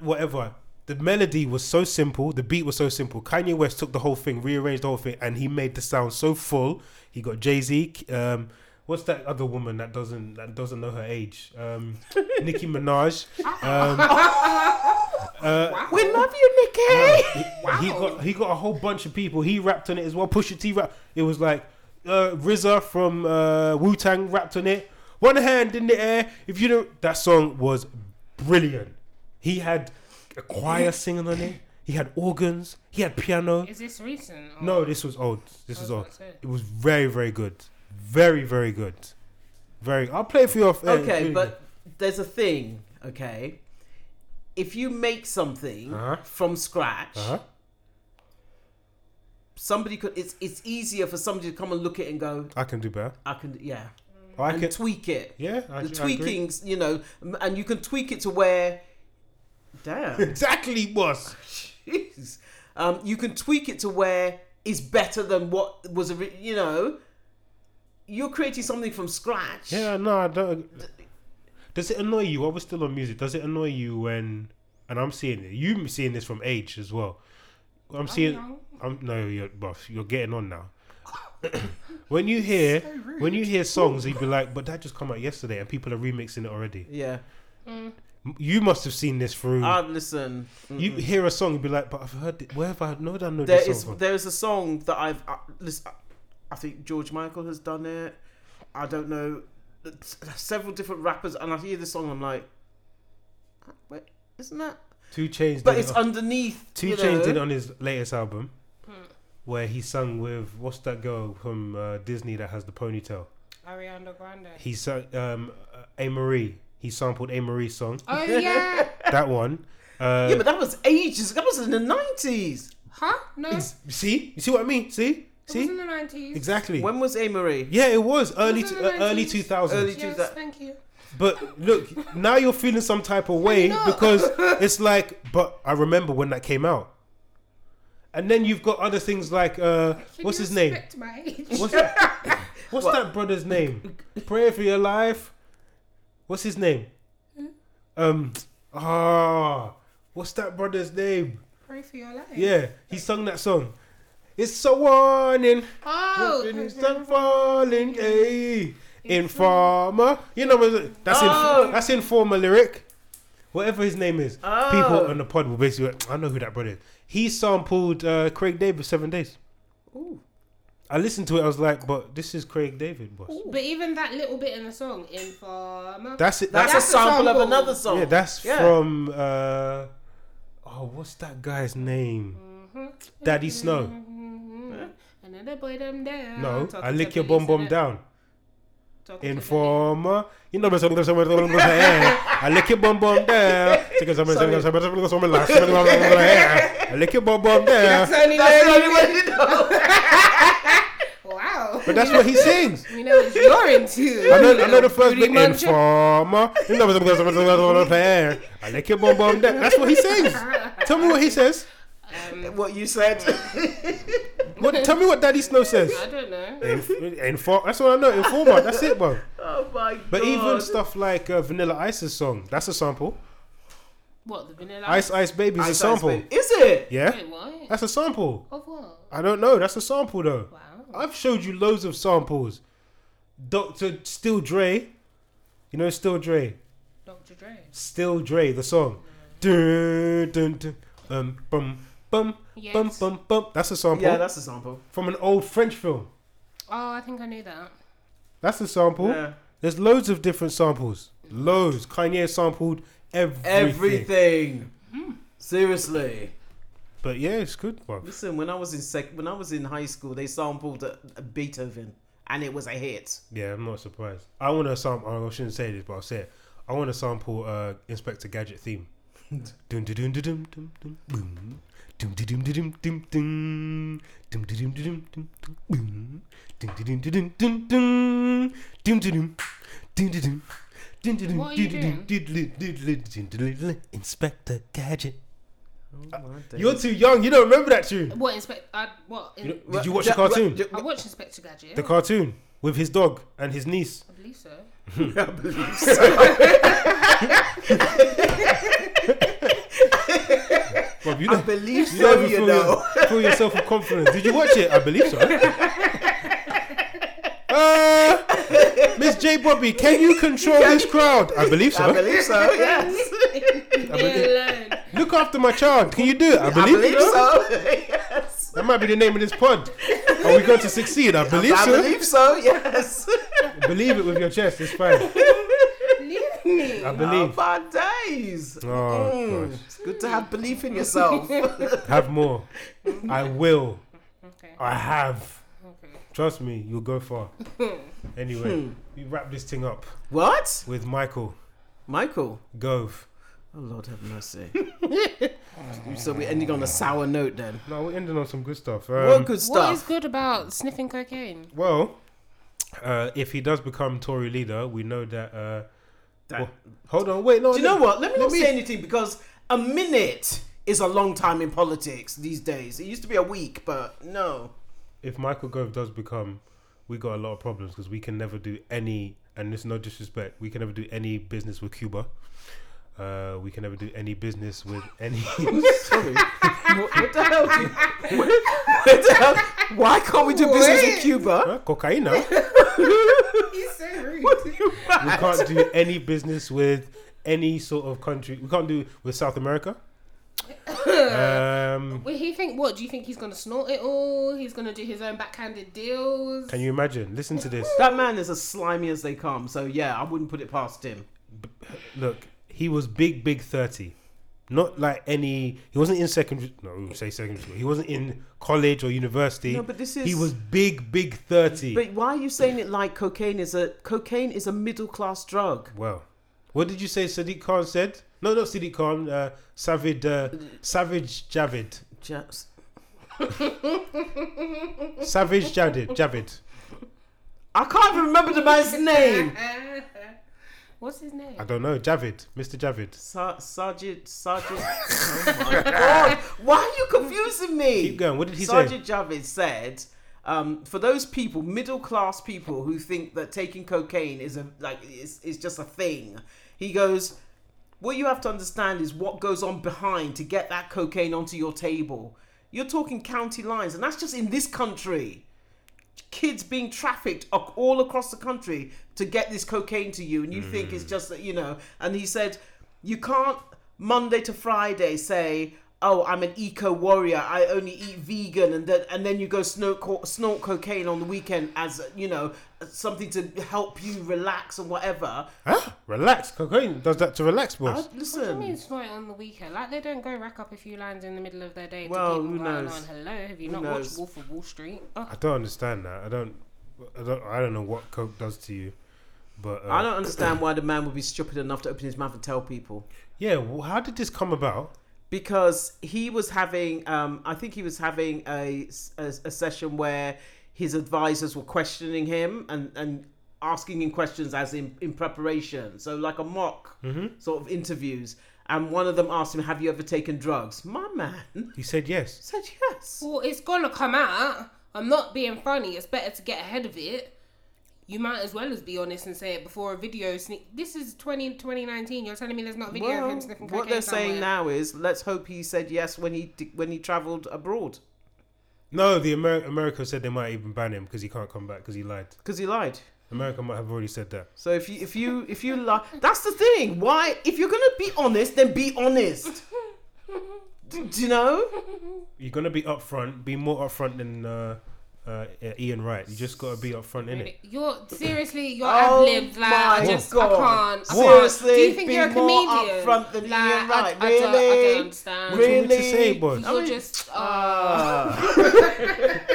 Speaker 1: whatever the melody was so simple, the beat was so simple. Kanye West took the whole thing, rearranged the whole thing, and he made the sound so full. He got Jay Z. Um, what's that other woman that doesn't that doesn't know her age? Um, Nicki Minaj. Um, uh,
Speaker 3: We love you, Nikki.
Speaker 1: he, he got he got a whole bunch of people. He rapped on it as well. Pusha T rap. It was like uh, RZA from uh, Wu Tang rapped on it. One hand in the air. If you don't, that song was brilliant. He had a choir singing on it. He had organs. He had piano.
Speaker 2: Is this recent? or-
Speaker 1: No, this was old. This
Speaker 2: I
Speaker 1: was
Speaker 2: was
Speaker 1: old.
Speaker 2: about to say.
Speaker 1: It was very very good. Very very good. Very. I'll play it for uh, you off. air. It's
Speaker 3: Okay,
Speaker 1: really
Speaker 3: but there's a thing. Okay, if you make something
Speaker 1: Uh-huh.
Speaker 3: from scratch,
Speaker 1: good. Uh-huh.
Speaker 3: somebody could. It's it's easier for somebody to come and look at it and go,
Speaker 1: I can do better.
Speaker 3: I can, yeah,
Speaker 1: I
Speaker 3: and
Speaker 1: can.
Speaker 3: tweak it.
Speaker 1: Yeah. I,
Speaker 3: the
Speaker 1: I agree.
Speaker 3: tweakings, you know, m- and you can tweak it to where, damn,
Speaker 1: Exactly, boss.
Speaker 3: jeez, um, you can tweak it to where it's better than what was, ori- you know, you're creating something from scratch.
Speaker 1: Yeah, no, I don't. Does it annoy you? While we're still on music, does it annoy you when? And I'm seeing it. You seeing this from age as well. I'm seeing.
Speaker 2: young.
Speaker 1: I'm no, you're boss. You're getting on now. when you hear when you hear songs, you'd be like, "But that just come out yesterday, and people are remixing it already."
Speaker 3: Yeah.
Speaker 1: M- You must have seen this through.
Speaker 3: Ah, listen. mm.
Speaker 1: you hear a song, you'd be like, "But I've heard it. Where have I? No, I know
Speaker 3: There
Speaker 1: this
Speaker 3: is
Speaker 1: song." from?"
Speaker 3: there is a song that I've uh, listen. I- I think George Michael has done it. I don't know It's- uh, several different rappers, and I hear this song. I'm like, "Ah, wait, isn't that?
Speaker 1: Two Chains. oh,
Speaker 3: But
Speaker 1: did
Speaker 3: it's
Speaker 1: it on,
Speaker 3: underneath.
Speaker 1: Two
Speaker 3: you
Speaker 1: Chains
Speaker 3: know? Hmm.
Speaker 1: did it on his latest album. where he sung with what's that girl from uh, Disney that has the ponytail?
Speaker 2: Ariana Grande.
Speaker 1: He sang um, uh, A Marie. He sampled A Marie's song.
Speaker 2: Oh yeah.
Speaker 1: that one. Uh,
Speaker 3: yeah, but that was ages. That was in the nineties.
Speaker 2: huh? No. It
Speaker 1: see, you see what I mean? See,
Speaker 2: was in
Speaker 1: see,
Speaker 2: the nineties.
Speaker 1: exactly.
Speaker 3: When was Amory?
Speaker 1: yeah, it was early
Speaker 2: was in
Speaker 1: to,
Speaker 2: the
Speaker 1: uh, early
Speaker 2: 90s.
Speaker 1: two thousands.
Speaker 3: Early-
Speaker 2: Yes,
Speaker 3: that-
Speaker 2: thank you.
Speaker 1: But look, now you're feeling some type of way
Speaker 2: not.
Speaker 1: because it's like, but I remember when that came out. And then you've got other things like, uh,
Speaker 2: Can
Speaker 1: what's
Speaker 2: you
Speaker 1: his name?
Speaker 2: respect My age?
Speaker 1: What's, what's that brother's name? Pray for your life. What's his name? Um, ah, what's that brother's name?
Speaker 2: Pray for your life.
Speaker 1: Yeah, he sung that song. It's so warning.
Speaker 2: Oh.
Speaker 1: Oh, falling, hey. Informer. You know, what it- that's,
Speaker 3: Oh.
Speaker 1: in, that's Informer lyric. Whatever his name is. People
Speaker 3: Oh.
Speaker 1: on the pod will basically, I know who that brother is. He sampled uh, Craig David Seven Days.
Speaker 3: Ooh.
Speaker 1: I listened to it, I was like, but this is Craig David, boss.
Speaker 2: But even that little bit in the song, informer.
Speaker 1: That's it.
Speaker 3: That's,
Speaker 1: That's,
Speaker 2: That's
Speaker 3: a
Speaker 2: a
Speaker 3: sample of
Speaker 2: sample.
Speaker 3: another song.
Speaker 1: yeah, that's
Speaker 3: Yeah.
Speaker 1: from, uh, oh, what's that guy's name?
Speaker 3: Mm-hmm.
Speaker 1: Daddy Snow.
Speaker 2: Mhm. Another boy them down.
Speaker 1: Eh? No,
Speaker 2: Talking
Speaker 1: I
Speaker 2: to
Speaker 1: lick your
Speaker 2: Billy
Speaker 1: bum bum
Speaker 2: Sinnott.
Speaker 1: down.
Speaker 2: Talking to
Speaker 1: Informer. You know, there's something somewhere somewhere somewhere there. I lick your bum bum down. Take something somewhere somewhere somewhere somewhere last somewhere somewhere there. I lick your bum bum
Speaker 2: Billy- That's
Speaker 1: down.
Speaker 2: the only
Speaker 3: That's the
Speaker 2: lyric.
Speaker 3: only way you know.
Speaker 2: Wow.
Speaker 1: But that's what he sings.
Speaker 2: You know what you're into.
Speaker 1: I know, I know the
Speaker 2: Little
Speaker 1: first
Speaker 2: booty
Speaker 1: bit.
Speaker 2: muncher.
Speaker 1: Informer. You know, somewhere somewhere somewhere somewhere there. I lick your bum bum down. That's what he sings. Tell me what he says.
Speaker 2: Um,
Speaker 3: what you said.
Speaker 1: What, tell me what Daddy Snow says.
Speaker 2: I don't know.
Speaker 1: Inf- Inform. That's what I know. Informer. That's it, bro.
Speaker 3: oh my god.
Speaker 1: But even stuff like uh, Vanilla Ice's song. That's a sample.
Speaker 2: What the vanilla?
Speaker 1: Ice Ice Baby's a
Speaker 3: Ice Ice
Speaker 1: sample.
Speaker 3: Baby. Is it?
Speaker 1: Yeah.
Speaker 2: Wait, what?
Speaker 1: That's a sample.
Speaker 2: Of what?
Speaker 1: I don't know. That's a sample though.
Speaker 2: Wow.
Speaker 1: I've showed you loads of samples. Dr. Still Dre. You know Still Dre?
Speaker 2: Dr. Dre.
Speaker 1: Still Dre, the song. Dun, dun, dun, um, bum, bum,
Speaker 2: Yes.
Speaker 1: bum, bum, bum. That's a sample
Speaker 3: Yeah, that's a sample.
Speaker 1: from an old French film.
Speaker 2: Oh, I think I knew that.
Speaker 1: That's a sample.
Speaker 3: Yeah.
Speaker 1: There's loads of different samples. Loads. Kanye sampled everything.
Speaker 3: Everything.
Speaker 1: Hmm.
Speaker 3: Seriously.
Speaker 1: But yeah, it's good, bro.
Speaker 3: Listen, when I was in sec, when I was in high school, they sampled uh, Beethoven, and it was a hit.
Speaker 1: Yeah, I'm not surprised. I want to sample. oh, I shouldn't say this, but I'll say it. I want to sample uh, Inspector Gadget theme. Dum dum dum dum dum dum boom. Dum dum dum dum dum dum. Dum dum dum dum dum dum boom. Dum dum dum dum dum dum. Dum dum dum dum dum. Dum dum
Speaker 2: What are you doing?
Speaker 1: doing? Inspector Gadget.
Speaker 3: Oh my days.
Speaker 1: Uh, You're too young. You don't remember that tune.
Speaker 2: What Inspector? I what? In,
Speaker 1: You don't-
Speaker 3: Well,
Speaker 1: Did you watch
Speaker 3: yeah,
Speaker 1: the cartoon?
Speaker 3: well,
Speaker 2: I watched Inspector Gadget.
Speaker 1: The cartoon with his dog and his niece.
Speaker 2: I believe so.
Speaker 3: yeah, I believe so.
Speaker 1: Bro, you
Speaker 3: I
Speaker 1: don't-
Speaker 3: believe
Speaker 1: You don't
Speaker 3: so,
Speaker 1: even
Speaker 3: you
Speaker 1: feel,
Speaker 3: know.
Speaker 1: your- feel yourself with confidence. Did you watch it? I believe so. Uh, Miss J. Bobby, can you control this crowd? I believe so.
Speaker 3: I believe so. Yes.
Speaker 2: Leave me alone.
Speaker 1: Look after my child. Can you do it? I
Speaker 3: I
Speaker 1: believe,
Speaker 3: believe
Speaker 1: so.
Speaker 3: so. Yes.
Speaker 1: That might be the name of this pod. Are we going to succeed? I believe
Speaker 3: I
Speaker 1: so.
Speaker 3: believe so. Yes.
Speaker 1: Believe it with your chest. It's fine.
Speaker 2: Leave me.
Speaker 1: I
Speaker 3: Oh
Speaker 1: believe.
Speaker 3: my days.
Speaker 1: Oh,
Speaker 3: Mm. It's good to have belief in yourself.
Speaker 1: gosh. Have more. I will.
Speaker 2: Okay.
Speaker 1: I have.
Speaker 2: Okay.
Speaker 1: Trust me, you'll go far. Anyway, we wrap this thing up
Speaker 3: what?
Speaker 1: with Michael
Speaker 3: Michael.
Speaker 1: Gove.
Speaker 3: Oh Lord have mercy. so we're ending on a sour note then.
Speaker 1: No, we're ending on some good stuff.
Speaker 3: what
Speaker 1: Um,
Speaker 3: good
Speaker 2: What is
Speaker 3: stuff.
Speaker 2: good about sniffing cocaine?
Speaker 1: Well, uh, if he does become Tory leader, we know that. Uh,
Speaker 3: That-
Speaker 1: well, hold on, wait, no.
Speaker 3: Do you know what? Let me not
Speaker 1: me-
Speaker 3: say anything because a minute is a long time in politics these days. It used to be a week, but no.
Speaker 1: If Michael Gove does become, we got a lot of problems because we can never do any, and this is no disrespect, we can never do any business with Cuba. Uh, we can never do any business with any.
Speaker 3: Sorry. what, what the hell? do you- what the hell? Why can't we do business in
Speaker 2: Wait.
Speaker 3: Cuba?
Speaker 1: Huh? cocaine. huh?
Speaker 2: He's so rude.
Speaker 1: we can't do any business with any sort of country. We can't do with South America.
Speaker 3: Uh,
Speaker 1: Um,
Speaker 2: Well, he think what? Do you think he's gonna snort it all? He's gonna do his own backhanded deals.
Speaker 1: can you imagine? Listen to this.
Speaker 3: That man is as slimy as they come. So yeah, I wouldn't put it past him.
Speaker 1: look, he was big, big 30. Not like any. He wasn't in secondary. No, say secondary school. He wasn't in college or university.
Speaker 3: No, but this is.
Speaker 1: he was big, big thirty.
Speaker 3: But why are you saying it like cocaine is a cocaine is a middle class drug?
Speaker 1: Well, what did you say Sadiq Khan said? No, not Sadiq Khan. Uh, Savage, uh, Savage Javid.
Speaker 3: Just
Speaker 1: Savage Javid. Javid.
Speaker 3: I can't even remember the man's name.
Speaker 2: What's his name?
Speaker 1: I don't know. Javid. Mr. Javid.
Speaker 3: Sa- Sajid Sajid. Oh my god! Why are you confusing me?
Speaker 1: Keep going. What did he say?
Speaker 3: Sergeant Javid said, um, for those people, middle class people who think that taking cocaine is a like is, is just a thing, he goes, What you have to understand is what goes on behind to get that cocaine onto your table. You're talking county lines, and that's just in this country. Kids being trafficked ac- all across the country to get this cocaine to you, and you think
Speaker 2: Mm.
Speaker 3: it's just that, you know. And he said, You can't Monday to Friday say, "Oh, I'm an eco warrior. I only eat vegan," and then and then you go snort co- snort cocaine on the weekend as you know something to help you relax and whatever.
Speaker 1: Huh? Relax. Cocaine does that to relax, boss.
Speaker 3: I-
Speaker 2: What do you
Speaker 3: listen,
Speaker 2: mean snort it on the weekend? Like they don't go rack up a few lines in the middle of their day
Speaker 3: Well,
Speaker 2: to keep
Speaker 3: who
Speaker 2: them going
Speaker 3: knows?
Speaker 2: on. Hello, have you
Speaker 3: Who
Speaker 2: not
Speaker 3: knows?
Speaker 2: watched Wolf of Wall Street? Oh,
Speaker 1: I don't understand that. I don't. I don't. I don't know what coke does to you, but uh,
Speaker 3: I don't understand why the man would be stupid enough to open his mouth and tell people
Speaker 1: Yeah. Well, how did this come about?
Speaker 3: because he was having, um, I think he was having a, a a session where his advisors were questioning him and and asking him questions as in in preparation, so like a mock.
Speaker 1: Mm-hmm.
Speaker 3: sort of interviews, and one of them asked him, "Have you ever taken drugs?" My man
Speaker 1: He said yes.
Speaker 3: said yes.
Speaker 2: Well, it's gonna come out. I'm not being funny. It's better to get ahead of it. You might as well as be honest and say it before a video sneak. This is 20, 2019. You're telling me there's not a video of him
Speaker 3: Well,
Speaker 2: sniffing
Speaker 3: what
Speaker 2: cocaine
Speaker 3: they're saying
Speaker 2: somewhere?
Speaker 3: now is, let's hope he said yes when he when he travelled abroad
Speaker 1: No, the Amer- America said they might even ban him because he can't come back because he lied.
Speaker 3: because he lied.
Speaker 1: America might have already said that.
Speaker 3: So if you if you if you lie, that's the thing. Why? If you're gonna be honest, then be honest. D- do you know?
Speaker 1: You're gonna be upfront. Be more upfront than uh, uh, Ian Wright. You just gotta be upfront in it.
Speaker 2: You're seriously, you're
Speaker 3: Oh
Speaker 2: ad-libbed. Like,
Speaker 3: my
Speaker 2: I just, I
Speaker 3: God.
Speaker 2: can't. I
Speaker 1: What?
Speaker 2: can't.
Speaker 3: Seriously,
Speaker 2: do you think
Speaker 3: be
Speaker 2: you're a
Speaker 3: more
Speaker 2: comedian?
Speaker 3: upfront than
Speaker 2: like,
Speaker 3: Ian Wright.
Speaker 2: I, I, don't, I
Speaker 3: Really?
Speaker 2: don't understand.
Speaker 1: What do you want me to
Speaker 3: Really?
Speaker 1: say, boy?
Speaker 2: You're just. Uh,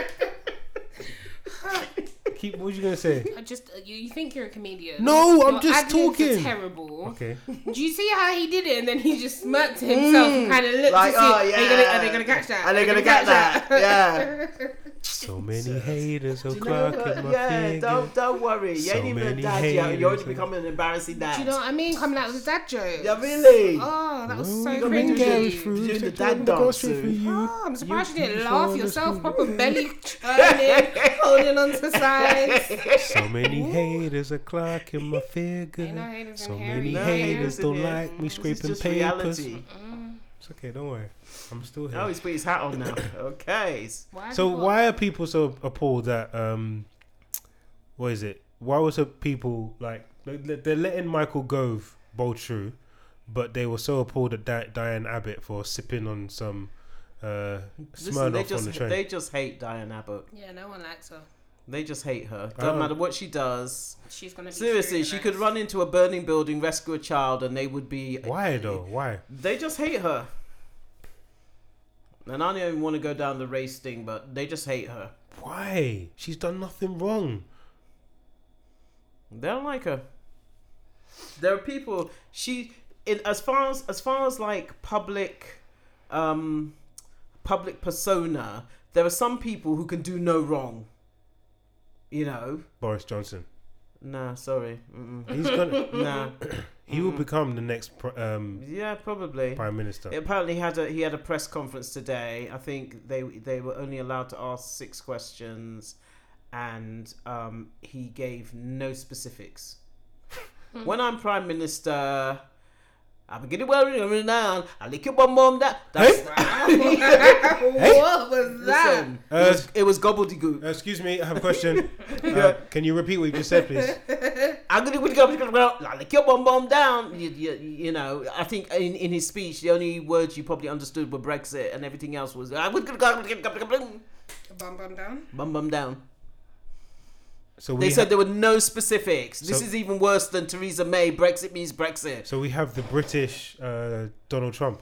Speaker 3: Ah.
Speaker 1: Keep. What you gonna say?
Speaker 2: I just uh, you, you think you're a comedian.
Speaker 1: No, I'm
Speaker 2: Your
Speaker 1: just
Speaker 2: ad-libs are
Speaker 1: talking.
Speaker 2: Terrible.
Speaker 1: Okay.
Speaker 2: Do you see how he did it? And then he just smirked to himself and kind of looked
Speaker 3: Mm. Like,
Speaker 2: to see,
Speaker 3: oh,
Speaker 2: are,
Speaker 3: yeah.
Speaker 2: they gonna, are they gonna catch that?
Speaker 3: Are they gonna get that? Yeah.
Speaker 1: So many haters are
Speaker 3: Do you know
Speaker 1: clocking
Speaker 3: what?
Speaker 1: my
Speaker 3: Yeah.
Speaker 1: finger.
Speaker 3: Don't don't worry. You
Speaker 1: So
Speaker 3: ain't even a
Speaker 1: many
Speaker 3: dad yet.
Speaker 1: haters.
Speaker 3: You're already becoming an embarrassing dad.
Speaker 2: Do you know what I mean? Coming out with a dad joke.
Speaker 3: Yeah, really.
Speaker 2: Oh, that was so
Speaker 1: Ooh,
Speaker 3: me do
Speaker 2: cringy.
Speaker 3: that. You do
Speaker 1: Take
Speaker 3: the
Speaker 1: one
Speaker 3: dad
Speaker 1: of the
Speaker 3: dance
Speaker 1: grocery
Speaker 3: too.
Speaker 1: for you.
Speaker 2: Oh, I'm surprised you,
Speaker 1: You
Speaker 2: didn't
Speaker 1: keep
Speaker 2: laugh
Speaker 1: showing us
Speaker 2: yourself.
Speaker 1: who
Speaker 2: Proper belly churning, holding onto sides.
Speaker 1: So many haters are clocking my figure.
Speaker 2: Ain't no haters in
Speaker 1: so
Speaker 2: here.
Speaker 1: many
Speaker 2: No
Speaker 1: haters
Speaker 3: haters in
Speaker 1: don't
Speaker 3: here.
Speaker 1: like me
Speaker 3: This
Speaker 1: scraping
Speaker 3: is just
Speaker 1: papers.
Speaker 3: reality.
Speaker 1: It's okay, don't worry. I'm still here.
Speaker 3: Oh, he's put his hat on now. Okay.
Speaker 2: Why
Speaker 1: so
Speaker 2: people-
Speaker 1: why are people so appalled that um, what is it? Why was it people like they- they're letting Michael Gove bowl true, but they were so appalled at Di- Diane Abbott for sipping on some uh,
Speaker 3: Listen, they
Speaker 1: Smirnoff on
Speaker 3: just
Speaker 1: the train.
Speaker 3: they just hate Diane Abbott.
Speaker 2: Yeah, no one likes her.
Speaker 3: They just hate her.
Speaker 1: I
Speaker 3: Don't
Speaker 1: don't-
Speaker 3: matter what she does.
Speaker 2: She's gonna be
Speaker 3: Seriously, she could run into a burning building, rescue a child, and they would be.
Speaker 1: Why though? Why?
Speaker 3: They just hate her. And I don't even want to go down the race thing, but they just hate her.
Speaker 1: Why? She's done nothing wrong.
Speaker 3: They don't like her. There are people she in as far as as far as like public um public persona, there are some people who can do no wrong. You know?
Speaker 1: Boris Johnson.
Speaker 3: Nah, sorry. Mm-mm.
Speaker 1: He's gonna.
Speaker 3: Nah.
Speaker 1: He will become the next pr- um,
Speaker 3: Yeah, probably.
Speaker 1: prime minister.
Speaker 3: Apparently, he had a he had a press conference today. I think they they were only allowed to ask six questions, and um, he gave no specifics. when I'm prime minister, I'm gonna get it down. I lick your bum bum that. That's
Speaker 2: what was that?
Speaker 3: listen.
Speaker 1: Uh,
Speaker 3: it, was, it was gobbledygook.
Speaker 1: Uh, excuse me, I have a question. uh, can you repeat what you just said, please?
Speaker 3: I'm gonna go gobbledygook. Lick your bum bum down. You, you, you know, I think in, in his speech, the only words you probably understood were Brexit, and everything else was I would go
Speaker 2: Bum bum down.
Speaker 3: bum bum down.
Speaker 1: So we
Speaker 3: They said
Speaker 1: ha-
Speaker 3: there were no specifics. This
Speaker 1: So-
Speaker 3: is even worse than Theresa May. Brexit means Brexit.
Speaker 1: so we have the British uh, Donald Trump.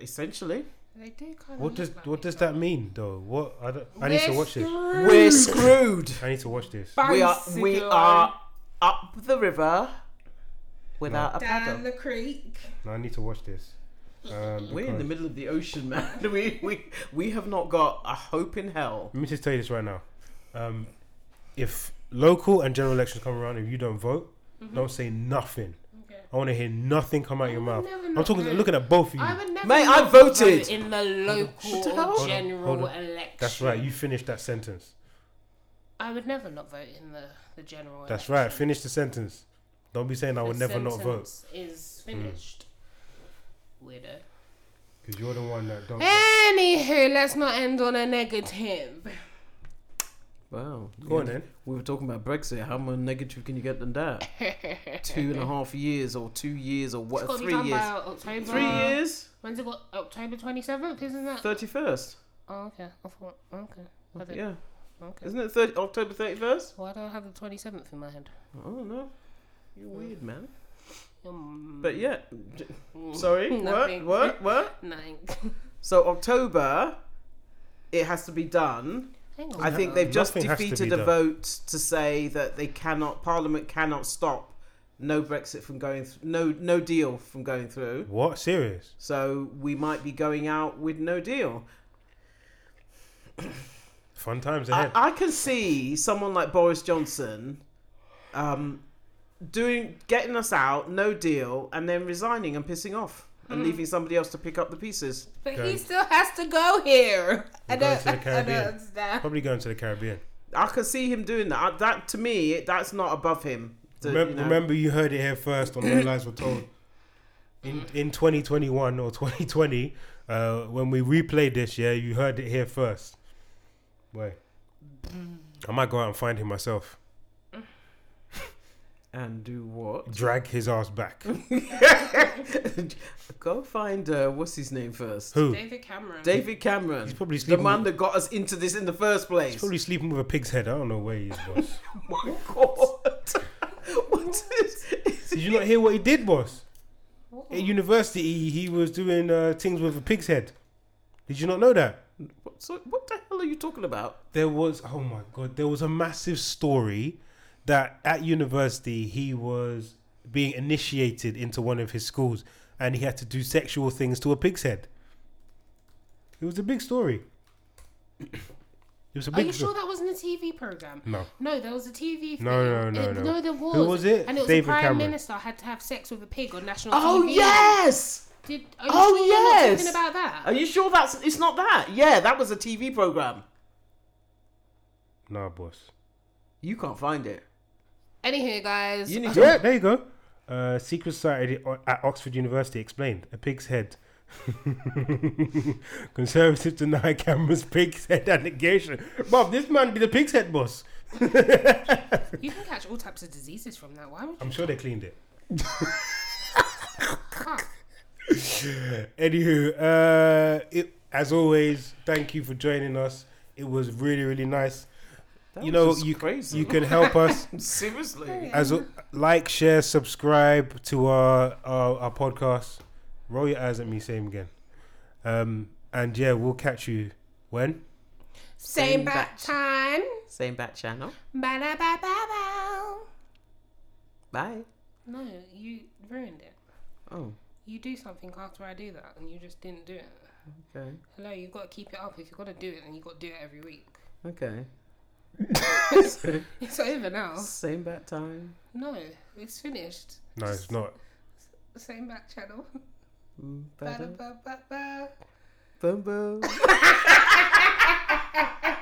Speaker 3: Essentially,
Speaker 2: They do kind of.
Speaker 1: What does what does that mean though? What I, don't, I need to watch this.
Speaker 3: we're screwed.
Speaker 1: I need to watch this.
Speaker 3: We are we are up the river without a
Speaker 2: down
Speaker 3: paddle.
Speaker 2: the creek.
Speaker 1: No, I need to watch this. Um,
Speaker 3: We're in
Speaker 1: because-
Speaker 3: the middle of the ocean, man. We we we have not got a hope in hell.
Speaker 1: Let me just tell you this right now. Um, if local and general elections come around, if you don't vote, don't say nothing.
Speaker 2: Mm-hmm. Okay.
Speaker 1: I want to hear nothing come out your
Speaker 2: would
Speaker 1: mouth.
Speaker 2: never
Speaker 1: I'm
Speaker 2: not
Speaker 1: talking,
Speaker 2: vote.
Speaker 1: looking at both of
Speaker 2: I
Speaker 1: you.
Speaker 2: would never
Speaker 3: Mate, I
Speaker 2: not vote
Speaker 3: voted.
Speaker 2: in the
Speaker 3: What
Speaker 2: local
Speaker 3: the hell? Hold
Speaker 2: or
Speaker 3: on,
Speaker 2: general
Speaker 1: Hmm. hold on.
Speaker 2: election.
Speaker 1: That's right. You finished that sentence.
Speaker 2: I would never not vote in the the general.
Speaker 1: That's
Speaker 2: election.
Speaker 1: right. Finish the sentence. Don't be saying I
Speaker 2: The
Speaker 1: would never not vote Hmm.
Speaker 2: sentence Is finished. Weirdo.
Speaker 1: because you're the one that don't.
Speaker 2: Anywho, let's not end on a negative.
Speaker 3: Wow.
Speaker 1: Go on then.
Speaker 3: We were talking about Brexit. How more negative can you get than that? Two and a half years, or two years, or
Speaker 2: It's got to
Speaker 3: what?
Speaker 2: be
Speaker 3: Three
Speaker 2: done
Speaker 3: years.
Speaker 2: by October.
Speaker 3: Three years.
Speaker 2: When's it got? October 27th, isn't that?
Speaker 3: Thirty first.
Speaker 2: Oh, okay. I thought, okay. I did-
Speaker 3: Yeah.
Speaker 2: Okay.
Speaker 3: Isn't it 30, October thirty first?
Speaker 2: Why do I have the 27th in my head?
Speaker 3: I don't know. You're weird, man.
Speaker 2: Um,
Speaker 3: But yeah. j- Sorry. What?
Speaker 2: Nothing.
Speaker 3: What? What?
Speaker 2: Nine.
Speaker 3: So October, it has to be done.
Speaker 2: Hang on.
Speaker 3: I think they've just
Speaker 1: Oh, Nothing has to
Speaker 3: defeated
Speaker 1: be
Speaker 3: a
Speaker 1: done.
Speaker 3: vote to say that they cannot, Parliament cannot stop no Brexit from going, th- no no deal from going through.
Speaker 1: What? Serious?
Speaker 3: So we might be going out with no deal.
Speaker 1: Fun times
Speaker 3: I,
Speaker 1: ahead.
Speaker 3: I can see someone like Boris Johnson, um, doing getting us out, no deal, and then resigning and pissing off and leaving somebody else to pick up the pieces.
Speaker 2: But
Speaker 1: Going-
Speaker 2: he still has to go here. I
Speaker 1: We're going
Speaker 2: don't,
Speaker 1: to the
Speaker 2: I don't
Speaker 1: Caribbean.
Speaker 2: understand.
Speaker 1: Probably going to the Caribbean.
Speaker 3: I can see him doing that. I- That to me, it- that's not above him. to,
Speaker 1: Remem-
Speaker 3: you know.
Speaker 1: Remember, you heard it here first on No Lies Were Told. In in 2021 or 2020, uh, when we replayed this, yeah, you heard it here first. Wait, I might go out and find him myself.
Speaker 3: and do what?
Speaker 1: Drag his ass back.
Speaker 3: Go find uh, what's his name first.
Speaker 1: Who?
Speaker 2: David Cameron.
Speaker 3: David Cameron.
Speaker 1: He's probably
Speaker 3: the
Speaker 1: sleeping.
Speaker 3: man
Speaker 1: With,
Speaker 3: that got us into this in the first place.
Speaker 1: he's probably sleeping with a pig's head. I don't know where he is, boss.
Speaker 3: My God. what is?
Speaker 1: Did you not hear what he did, boss?
Speaker 2: What?
Speaker 1: At university, he was doing uh, things with a pig's head. Did you not know that?
Speaker 3: What, so, what the hell are you talking about?
Speaker 1: there was oh my god there was a massive story that at university he was being initiated into one of his schools and he had to do sexual things to a pig's head it was a big story it was a
Speaker 2: Are
Speaker 1: big
Speaker 2: you sure
Speaker 1: story
Speaker 2: that wasn't a TV program?
Speaker 1: no
Speaker 2: No, there was a TV. thing.
Speaker 1: no, no,
Speaker 2: It-
Speaker 1: no.
Speaker 2: No, there was.
Speaker 1: Who was it?
Speaker 2: And it was
Speaker 1: David
Speaker 2: the prime
Speaker 1: Cameron.
Speaker 2: minister had to have sex with a pig on national
Speaker 3: Oh
Speaker 2: TV.
Speaker 3: yes.
Speaker 2: Did, are you
Speaker 3: Oh,
Speaker 2: sure you're not
Speaker 3: yes!
Speaker 2: talking about that?
Speaker 3: Are you sure that's? It's not that. Yeah, that was a TV program.
Speaker 1: nah boss
Speaker 3: You can't find it.
Speaker 2: Anywho, guys.
Speaker 3: You need
Speaker 1: yeah
Speaker 3: to.
Speaker 1: there you go uh, secret society o- at oxford university explained a pig's head conservatives deny cameron's pig's head allegation bob this man did a pig's head boss
Speaker 2: You can catch all types of diseases from that. Why would you?
Speaker 1: i'm sure they cleaned it
Speaker 2: Fuck.
Speaker 1: Anywho, uh, it, as always, thank you for joining us. It was really, really nice.
Speaker 3: That
Speaker 1: you
Speaker 3: was
Speaker 1: know,
Speaker 3: just
Speaker 1: you
Speaker 3: crazy.
Speaker 1: you can help us
Speaker 3: seriously.
Speaker 1: as a- like, share, subscribe to our, our our podcast. Roll your eyes at me, same again. Um, and yeah, we'll catch you when.
Speaker 2: Same bat
Speaker 3: batch.
Speaker 2: time.
Speaker 3: Same bat channel.
Speaker 2: Ba da ba ba ba.
Speaker 3: Bye.
Speaker 2: No, you ruined it.
Speaker 3: Oh.
Speaker 2: You do something after I do that, and you just didn't do it.
Speaker 3: Okay.
Speaker 2: Hello, you've got to keep it up. If you're gonna do it, then you've got to do it every week.
Speaker 3: Okay.
Speaker 2: It's over now.
Speaker 3: Same bat time.
Speaker 2: No, it's finished.
Speaker 1: No, it's not.
Speaker 2: Same back channel.
Speaker 3: Mm,
Speaker 2: Ba da
Speaker 3: ba-da,
Speaker 2: ba ba ba.
Speaker 3: Boom boom.